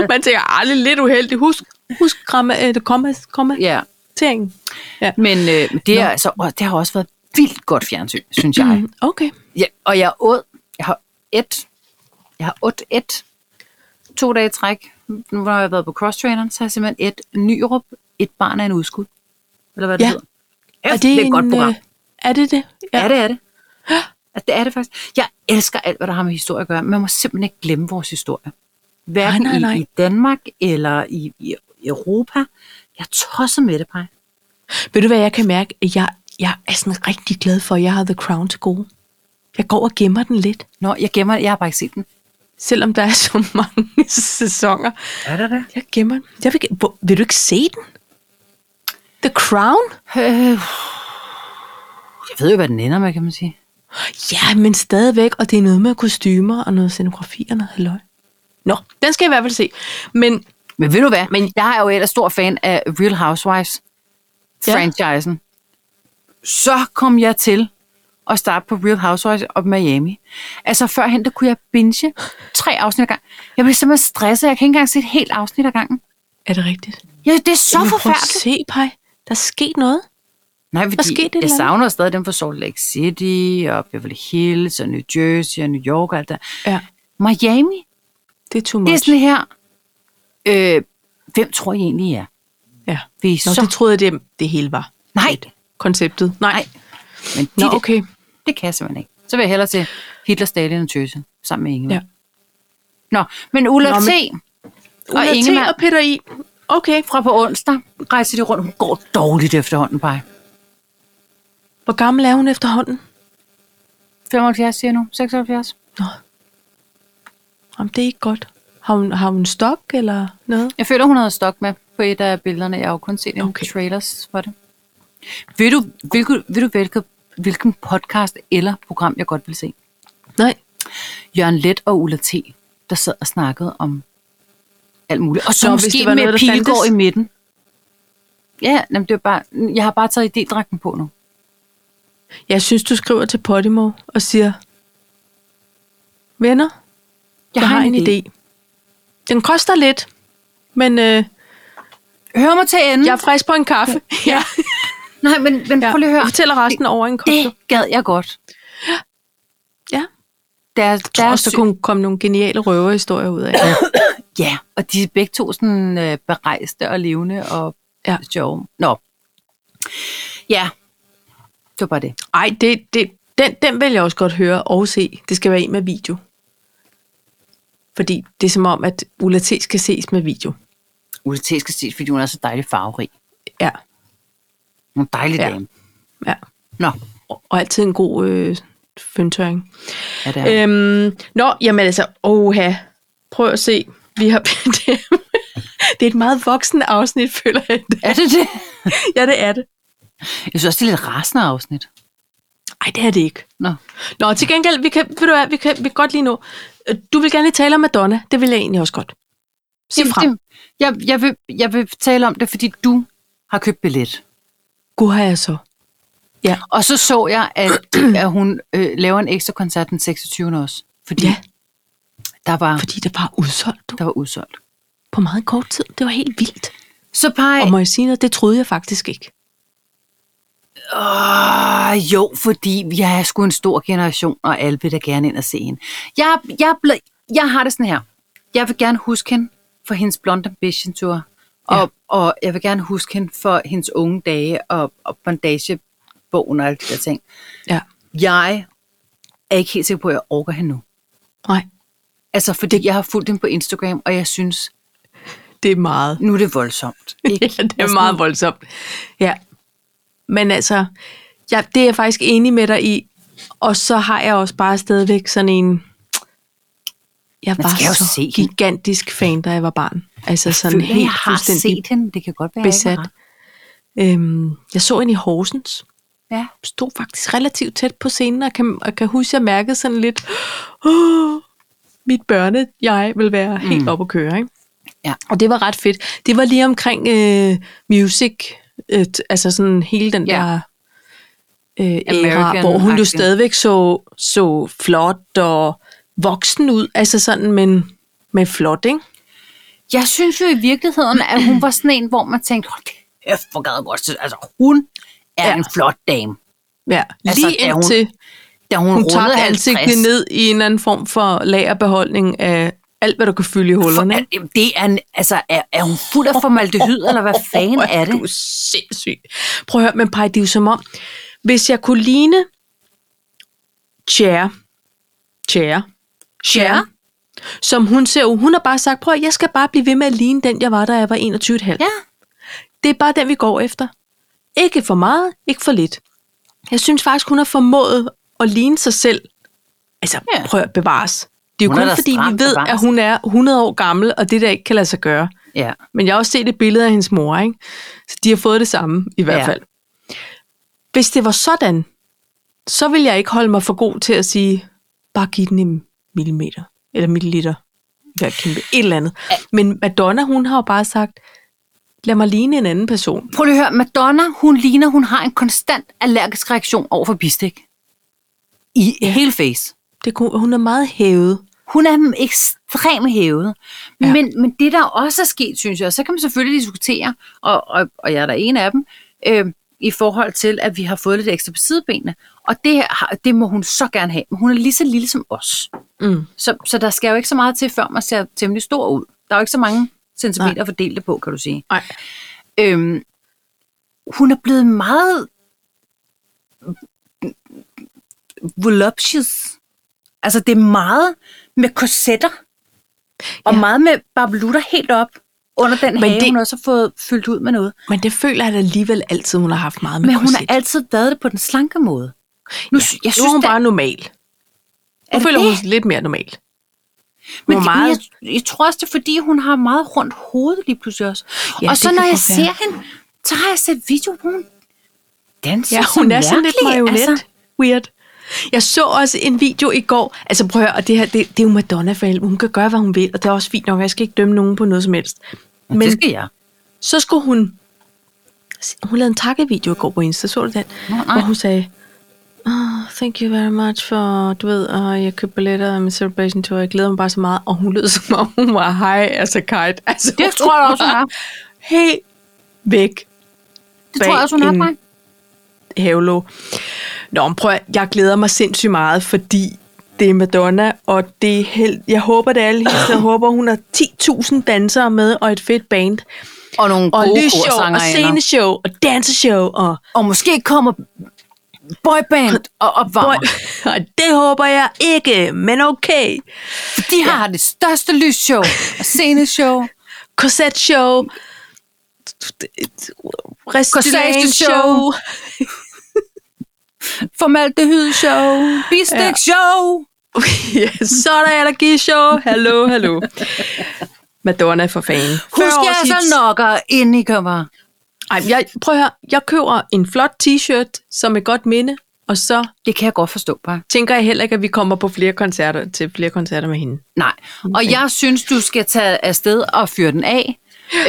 Speaker 1: Man tænker, aldrig lidt uheldig. Husk, husk gramma, øh, komma, komma, ja.
Speaker 2: Ja.
Speaker 1: tingen. Ja.
Speaker 2: Men øh, det, er,
Speaker 1: Nå. Mm.
Speaker 2: altså, og det har også været vildt godt fjernsyn, synes jeg.
Speaker 1: Okay.
Speaker 2: Ja, og jeg åd, jeg har et, jeg har ådt et, to dage i træk. Nu har jeg været på crosstraineren, så har jeg simpelthen et Nyrup, et barn af en udskud. Eller hvad det
Speaker 1: Ja.
Speaker 2: hedder. Er det, det er et godt program.
Speaker 1: øh, Er det det?
Speaker 2: Ja. Er det, er det. Altså, det er det faktisk. Jeg elsker alt, hvad der har med historie at gøre. Man må simpelthen ikke glemme vores historie. Hverken
Speaker 1: Nej, nej, nej.
Speaker 2: I, i Danmark eller i, i Europa. Jeg er tosset med det, Paj.
Speaker 1: Ved du hvad, jeg kan mærke, at jeg, jeg er sådan rigtig glad for, at jeg har The Crown til gode. Jeg går og gemmer den lidt,
Speaker 2: Nå, jeg gemmer det. Jeg har bare ikke set den.
Speaker 1: selvom der er så mange sæsoner.
Speaker 2: Er det det?
Speaker 1: Jeg gemmer den. Jeg vil, ge- hvor, vil du ikke se den? The Crown?
Speaker 2: Øh, jeg ved jo, hvad den ender med, kan man sige.
Speaker 1: Ja, men stadigvæk, og det er noget med kostymer og noget scenografi og noget halløj. Nå, den skal jeg i hvert fald se. Men
Speaker 2: Men ved du hvad? Men jeg er jo ellers stor fan af Real Housewives ja.
Speaker 1: Ja.
Speaker 2: franchisen. Så kom jeg til at starte på Real Housewives op i Miami. Altså førhen, der kunne jeg binge tre afsnit ad gangen. Jeg blev simpelthen stresset. Jeg kan ikke engang se et helt afsnit ad gangen.
Speaker 1: er det rigtigt?
Speaker 2: Ja, det er så
Speaker 1: Jamen, prøv at
Speaker 2: forfærdeligt.
Speaker 1: se, Paj. Der er sket noget.
Speaker 2: Nej, fordi
Speaker 1: skete et
Speaker 2: jeg
Speaker 1: eller andet.
Speaker 2: savner stadig dem fra Salt Lake City og Beverly Hills og New Jersey og New York og alt der.
Speaker 1: Ja,
Speaker 2: Miami,
Speaker 1: det er too much.
Speaker 2: det er sådan her. Øh, hvem tror I egentlig, I er?
Speaker 1: ja.
Speaker 2: Vi er
Speaker 1: Nå,
Speaker 2: så...
Speaker 1: det troede jeg, det, det hele var.
Speaker 2: Nej,
Speaker 1: Konceptet. Nej.
Speaker 2: Nej. men de
Speaker 1: Nå,
Speaker 2: der-
Speaker 1: okay.
Speaker 2: Det kan jeg simpelthen ikke. Så vil jeg hellere til Hitler, Stalin og Tøse sammen med Ingemann.
Speaker 1: Ja.
Speaker 2: Ja. Nå, men Ulla
Speaker 1: Nå,
Speaker 2: T.
Speaker 1: Og,
Speaker 2: og
Speaker 1: og
Speaker 2: Ingemann
Speaker 1: og Peter I. Okay.
Speaker 2: fra på onsdag rejser de rundt. Hun går dårligt efterhånden, bare.
Speaker 1: Hvor gammel er hun efterhånden?
Speaker 2: 75 siger jeg nu, 76.
Speaker 1: Jamen, det er ikke godt. Har hun, har hun stok eller noget?
Speaker 2: Jeg føler, hun havde stok med på et af billederne. Jeg har jo kun set en
Speaker 1: Okay.
Speaker 2: okay. trailers for det. Ved du, hvilken, ved du hvilken, hvilken podcast eller program, jeg godt vil se?
Speaker 1: Nej.
Speaker 2: Jørgen Let og Ulla T., der sad og snakkede om alt muligt. Og så
Speaker 1: Nå,
Speaker 2: Nå,
Speaker 1: hvis det
Speaker 2: måske
Speaker 1: var
Speaker 2: med
Speaker 1: noget, der
Speaker 2: noget, Pilgaard i
Speaker 1: fandtes.
Speaker 2: midten. Ja, jamen, det var bare, jeg har bare taget idédragten på nu.
Speaker 1: Jeg synes, du skriver til Podimo og siger, venner, jeg, jeg har en idé. Den koster lidt, men øh,
Speaker 2: Hør mig til enden.
Speaker 1: jeg er frisk på en kaffe. Ja,
Speaker 2: Nej, men, men
Speaker 1: ja.
Speaker 2: prøv lige at høre.
Speaker 1: Jeg fortæller resten over en kop.
Speaker 2: Det gad jeg godt.
Speaker 1: Ja.
Speaker 2: Der, der
Speaker 1: Jeg tror
Speaker 2: er
Speaker 1: også,
Speaker 2: sy-
Speaker 1: der kunne komme nogle geniale røverhistorier ud af.
Speaker 2: Ja, og de er begge to sådan øh, berejste og levende og
Speaker 1: Ja.
Speaker 2: ja. sjove. Nå. Ja, det var bare det.
Speaker 1: Ej, det, det, den, den vil jeg også godt høre og se. Det skal være en med video. Fordi det er som om, at Ulla T skal ses med video.
Speaker 2: Ulla T skal ses, fordi hun er så dejlig farverig.
Speaker 1: Ja,
Speaker 2: Hun er en dejlig
Speaker 1: Ja.
Speaker 2: dame.
Speaker 1: ja.
Speaker 2: Nå,
Speaker 1: Og, og altid en god øh, fyndtøring.
Speaker 2: er det
Speaker 1: Ja. Øhm, nå, jamen altså, oha. Prøv at se. Vi har... det, det er et meget voksen afsnit, føler jeg.
Speaker 2: Er det det?
Speaker 1: Ja, det er det.
Speaker 2: Jeg synes også, det er lidt rasende afsnit.
Speaker 1: Ej, det er det ikke.
Speaker 2: Nå.
Speaker 1: Nå, til gengæld, vi kan, ved du hvad, vi kan, vi kan godt lige nå. Øh, Du vil gerne lige tale om Madonna. Det vil jeg egentlig også godt. Sig
Speaker 2: Jamen,
Speaker 1: frem.
Speaker 2: det- Jeg, jeg, vil, jeg vil tale om det, fordi du har købt billet.
Speaker 1: Gud har jeg så.
Speaker 2: Og så så jeg, at, at hun øh, laver en ekstra koncert den 26. også. Fordi
Speaker 1: Ja.
Speaker 2: ja. der, var,
Speaker 1: Fordi det var udsolgt du,
Speaker 2: der var udsolgt.
Speaker 1: på meget kort tid. Det var helt vildt.
Speaker 2: Så peger
Speaker 1: Og må jeg sige noget, det troede jeg faktisk ikke.
Speaker 2: Åh, jo, fordi vi er sgu en stor generation, og alle vil da gerne ind og se hende. Jeg, jeg, ble, jeg har det sådan her. Jeg vil gerne huske hende for hendes Blonde Ambition Tour, og, ja. og jeg vil gerne huske hende for hendes unge dage, og, og bandagebogen og alle de der ting.
Speaker 1: Ja.
Speaker 2: Jeg er ikke helt sikker på, at jeg orker hende nu.
Speaker 1: Nej,
Speaker 2: Altså, fordi jeg har fulgt hende på Instagram, og jeg synes,
Speaker 1: det er meget.
Speaker 2: nu er det voldsomt. Altså,
Speaker 1: ja, det er meget voldsomt. Ja. Men altså, ja, det er jeg faktisk enig med dig i. Og så har jeg også bare stadigvæk sådan en... Jeg
Speaker 2: Man
Speaker 1: var
Speaker 2: skal jo
Speaker 1: så
Speaker 2: se hende.
Speaker 1: gigantisk fan, da jeg var barn. Altså sådan
Speaker 2: Sådan
Speaker 1: helt
Speaker 2: Føler, jeg har
Speaker 1: fuldstændig
Speaker 2: set hende, men det kan godt være, jeg
Speaker 1: besat.
Speaker 2: ikke har.
Speaker 1: Øhm, jeg så hende i Horsens.
Speaker 2: Ja.
Speaker 1: stod faktisk relativt tæt på scenen, og kan, og kan huske, at jeg mærkede sådan lidt, oh, mit børne, jeg vil være mm. helt oppe at køre. Ikke?
Speaker 2: Ja.
Speaker 1: Og det var ret fedt. Det var lige omkring øh, music, øh, t- altså sådan hele den
Speaker 2: Ja.
Speaker 1: der øh, æra,
Speaker 2: American
Speaker 1: hvor hun jo
Speaker 2: action.
Speaker 1: stadigvæk så, så flot og voksen ud, altså sådan, men, men flot, ikke?
Speaker 2: Jeg synes jo i virkeligheden, at hun var sådan en, hvor man tænkte, hold kæft, hvor gad jeg godt. se- Altså, hun er
Speaker 1: Ja.
Speaker 2: ja. en flot dame.
Speaker 1: Ja,
Speaker 2: Altså,
Speaker 1: lige
Speaker 2: da hun-
Speaker 1: indtil
Speaker 2: Da hun,
Speaker 1: hun, hun
Speaker 2: rundede
Speaker 1: tabte
Speaker 2: 50.
Speaker 1: ansigtet ned i en eller anden form for lagerbeholdning af alt, hvad der kunne fylde i
Speaker 2: For,
Speaker 1: hullerne. ikke?
Speaker 2: er, det er, en- altså, er, er hun fuld af formaldehyd, eller hvad fanden er
Speaker 1: Du er
Speaker 2: det?
Speaker 1: sindssyg. Prøv at høre, men Paj, det er jo som om, hvis jeg kunne ligne Cher, Cher,
Speaker 2: Cher?
Speaker 1: som hun ser jo, hun har bare sagt, prøv at høre, jeg skal bare blive ved med at ligne den, jeg var, da jeg var 21,5. Ja.
Speaker 2: Ja.
Speaker 1: Det er bare den, vi går efter. Ikke for meget, ikke for lidt. Jeg synes faktisk, hun har formået at ligne sig selv. Altså, ja.
Speaker 2: Ja.
Speaker 1: prøv at bevares. Det er jo
Speaker 2: Hun er
Speaker 1: kun
Speaker 2: da
Speaker 1: fordi, vi
Speaker 2: stramt
Speaker 1: ved,
Speaker 2: bevares.
Speaker 1: at hun er 100 år gammel, og det der ikke kan lade sig gøre.
Speaker 2: ja.
Speaker 1: Men jeg har også set et billede af hendes mor, ikke? Så de har fået det samme, i hvert ja.
Speaker 2: Ja.
Speaker 1: fald. Hvis det var sådan, så ville jeg ikke holde mig for god til at sige, bare giv den en millimeter, eller milliliter, hver kæmpe, et eller andet. Men Madonna, hun har jo bare sagt, lad mig ligne en anden person.
Speaker 2: Prøv lige at høre, Madonna, hun ligner, hun har en konstant allergisk reaktion over for bistik. I ja. hele face.
Speaker 1: Det kunne, hun er meget hævet.
Speaker 2: Hun er ekstremt hævet.
Speaker 1: Ja.
Speaker 2: Ja. Men, men det, der også er sket, synes jeg, så kan man selvfølgelig diskutere, og, og, og jeg er der en af dem, øh, i forhold til, at vi har fået lidt ekstra på sidebenene. Og det, har- det må hun så gerne have. Men hun er lige så lille som os.
Speaker 1: Mm.
Speaker 2: Så, så der skal jo ikke så meget til, før man ser temmelig stor ud. Der er jo ikke så mange centimeter at fordele det på, kan du sige.
Speaker 1: Nej.
Speaker 2: Øhm, hun er blevet meget voluptuous. Altså, det er meget med korsetter. Og
Speaker 1: Ja.
Speaker 2: ja. meget med barbelutter helt op under den
Speaker 1: Men
Speaker 2: Men have,
Speaker 1: det-
Speaker 2: det... hun også har fået fyldt ud med noget.
Speaker 1: Men det føler jeg da alligevel altid, hun har haft meget med
Speaker 2: Men hun
Speaker 1: korset.
Speaker 2: har altid været det på den slanke måde. Nu, ja, jeg
Speaker 1: nu
Speaker 2: synes,
Speaker 1: er hun
Speaker 2: da-
Speaker 1: bare normal.
Speaker 2: er
Speaker 1: Nu
Speaker 2: det
Speaker 1: føler
Speaker 2: det?
Speaker 1: hun sig lidt mere normal.
Speaker 2: Men,
Speaker 1: Hvor
Speaker 2: det-
Speaker 1: meget-
Speaker 2: men jeg, jeg tror også, det er fordi, hun har meget rundt hoved lige pludselig også.
Speaker 1: Ja,
Speaker 2: Ja, og
Speaker 1: det
Speaker 2: så
Speaker 1: kan
Speaker 2: når jeg
Speaker 1: godt være.
Speaker 2: ser hende, så har jeg set video, hvor hun danser
Speaker 1: Ja,
Speaker 2: så
Speaker 1: hun er sådan lidt
Speaker 2: mærkeligt,
Speaker 1: marionet. Altså.
Speaker 2: Altså,
Speaker 1: Weird. Jeg så også en video i går. Altså prøv at høre, og det her, det, det er jo Madonna for helvede. Hun kan gøre, hvad hun vil, og det er også fint nok. Jeg skal ikke dømme nogen på noget som helst.
Speaker 2: men,
Speaker 1: Men
Speaker 2: det skal jeg.
Speaker 1: så skulle hun... Hun lavede en takkevideo i går på Insta, så du den?
Speaker 2: Nå, nej.
Speaker 1: hvor hun sagde, oh, thank you very much for, du ved, og jeg købte billetter af min celebration tour, jeg glæder mig bare så meget, og hun lød som om, hun var high as a kite. Altså,
Speaker 2: Det tror jeg også, hun
Speaker 1: var
Speaker 2: er.
Speaker 1: Helt væk
Speaker 2: Det tror jeg også, hun
Speaker 1: bag
Speaker 2: er,
Speaker 1: en-
Speaker 2: Frank.
Speaker 1: Havlo. Nå, men prøv at, jeg glæder mig sindssygt meget, fordi det er Madonna, og det er held. Jeg håber, det er alle hilsen. Jeg håber, hun har 10.000 dansere med, og et fedt band.
Speaker 2: Og nogle
Speaker 1: Og
Speaker 2: gode
Speaker 1: lysshow, og
Speaker 2: korsangerinder.
Speaker 1: sceneshow, og danseshow, og...
Speaker 2: Og måske kommer boyband og opvarmer.
Speaker 1: Boy, og det håber jeg ikke, men okay.
Speaker 2: De har det største lysshow og sceneshow.
Speaker 1: Corset show. Restaurant show.
Speaker 2: show. Formaldehyd-show. Bistik-show.
Speaker 1: Ja, så er der allergishow. Hallo, hallo. Madonna for fanden.
Speaker 2: Husk jer
Speaker 1: hits.
Speaker 2: så nokker, inden I kommer.
Speaker 1: Ej, men jeg, prøv at høre, jeg køber en flot t-shirt, som er godt minde, og så
Speaker 2: Det kan jeg godt forstå, bare.
Speaker 1: tænker jeg heller ikke, at vi kommer på flere koncerter, til flere koncerter med hende.
Speaker 2: Nej. Og jeg synes, du skal tage afsted og fyre den af.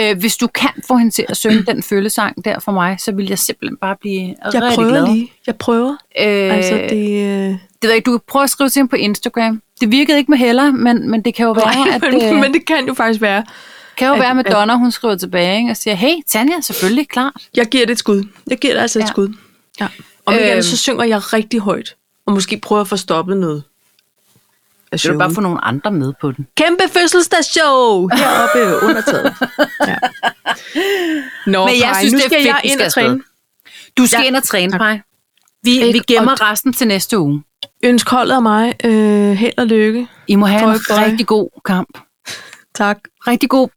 Speaker 2: Øh, hvis du kan få hende til at synge den følesang der for mig, så vil jeg simpelthen bare blive
Speaker 1: Jeg
Speaker 2: rigtig
Speaker 1: prøver
Speaker 2: glad.
Speaker 1: lige. Jeg prøver.
Speaker 2: Øh,
Speaker 1: Øh, altså, det, øh,
Speaker 2: det ved jeg, ikke, du kan prøve at skrive til hende på Instagram. Det virkede ikke med Hella, men, men det kan jo være,
Speaker 1: nej,
Speaker 2: at,
Speaker 1: men,
Speaker 2: øh,
Speaker 1: men det kan jo faktisk være.
Speaker 2: kan jo
Speaker 1: at-
Speaker 2: være med
Speaker 1: at-
Speaker 2: Donna, hun skriver tilbage ikke, og siger, hey Tanja, selvfølgelig, klart.
Speaker 1: Jeg giver det et skud. Jeg giver det altså et
Speaker 2: Ja.
Speaker 1: skud. Ja. Øh. Om ikke
Speaker 2: Øhm.
Speaker 1: andet, så synger jeg rigtig højt, og måske prøver at få stoppet noget. af
Speaker 2: Så vil du
Speaker 1: showet.
Speaker 2: bare få nogle andre med på den.
Speaker 1: Kæmpe fødselsdagsshow heroppe under taget. Ja. Nå,
Speaker 2: Men jeg
Speaker 1: Paj,
Speaker 2: synes,
Speaker 1: nu
Speaker 2: det er
Speaker 1: skal
Speaker 2: fedt,
Speaker 1: jeg
Speaker 2: vi
Speaker 1: ind
Speaker 2: skal
Speaker 1: og træne.
Speaker 2: afsted. Du skal
Speaker 1: Ja.
Speaker 2: ja. ind og træne,
Speaker 1: Tak.
Speaker 2: Paj. Vi,
Speaker 1: Ikke-
Speaker 2: vi gemmer resten til næste uge.
Speaker 1: Ønsk holdet og mig øh, held og lykke.
Speaker 2: I må have
Speaker 1: Bøj,
Speaker 2: en
Speaker 1: bøj.
Speaker 2: rigtig god kamp.
Speaker 1: Tak.
Speaker 2: Rigtig god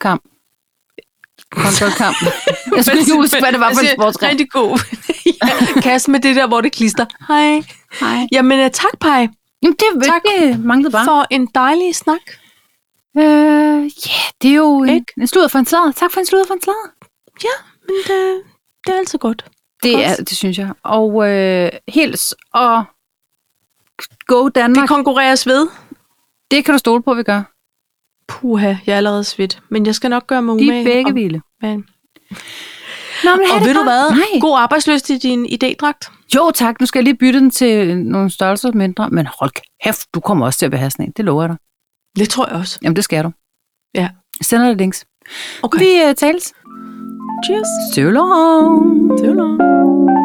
Speaker 2: kamp. Håndboldkamp. Jeg skulle ikke huske, hvad det var for en
Speaker 1: Altså,
Speaker 2: sportskamp.
Speaker 1: Rigtig god. ja, kast med det der, hvor det klister. Hej.
Speaker 2: Hej.
Speaker 1: Jamen, øh, tak, Paj,
Speaker 2: Jamen, det,
Speaker 1: Tak.
Speaker 2: tak. det manglede bare.
Speaker 1: for en dejlig snak.
Speaker 2: Øh, Ja, øh, yeah, det er jo en,
Speaker 1: Ikke?
Speaker 2: en sludder for en sladder. Tak for en sludder for en sladder.
Speaker 1: Men det, det er altid godt.
Speaker 2: Det
Speaker 1: Godt.
Speaker 2: er, det synes jeg. Og øh, hils og go
Speaker 1: Det
Speaker 2: Danmark. Det,
Speaker 1: konkurreres ved.
Speaker 2: det kan du stole på, vi gør.
Speaker 1: Puha, jeg er allerede svedt. Men jeg skal nok gøre mig
Speaker 2: De
Speaker 1: umage.
Speaker 2: er begge
Speaker 1: og,
Speaker 2: hvile.
Speaker 1: men.
Speaker 2: Nå, men
Speaker 1: og ved du hvad?
Speaker 2: Nej.
Speaker 1: God arbejdsløst i din idédragt.
Speaker 2: Jo tak, nu skal jeg lige bytte den til nogle størrelser mindre. Men hold kæft, du kommer også til at behave sådan en. Det lover jeg dig.
Speaker 1: Det tror jeg også.
Speaker 2: Jamen, det skal du.
Speaker 1: Ja.
Speaker 2: Jeg sender dig links. øh,
Speaker 1: Okay.
Speaker 2: Vi uh, tales.
Speaker 1: Cheers.
Speaker 2: So long.
Speaker 1: So long.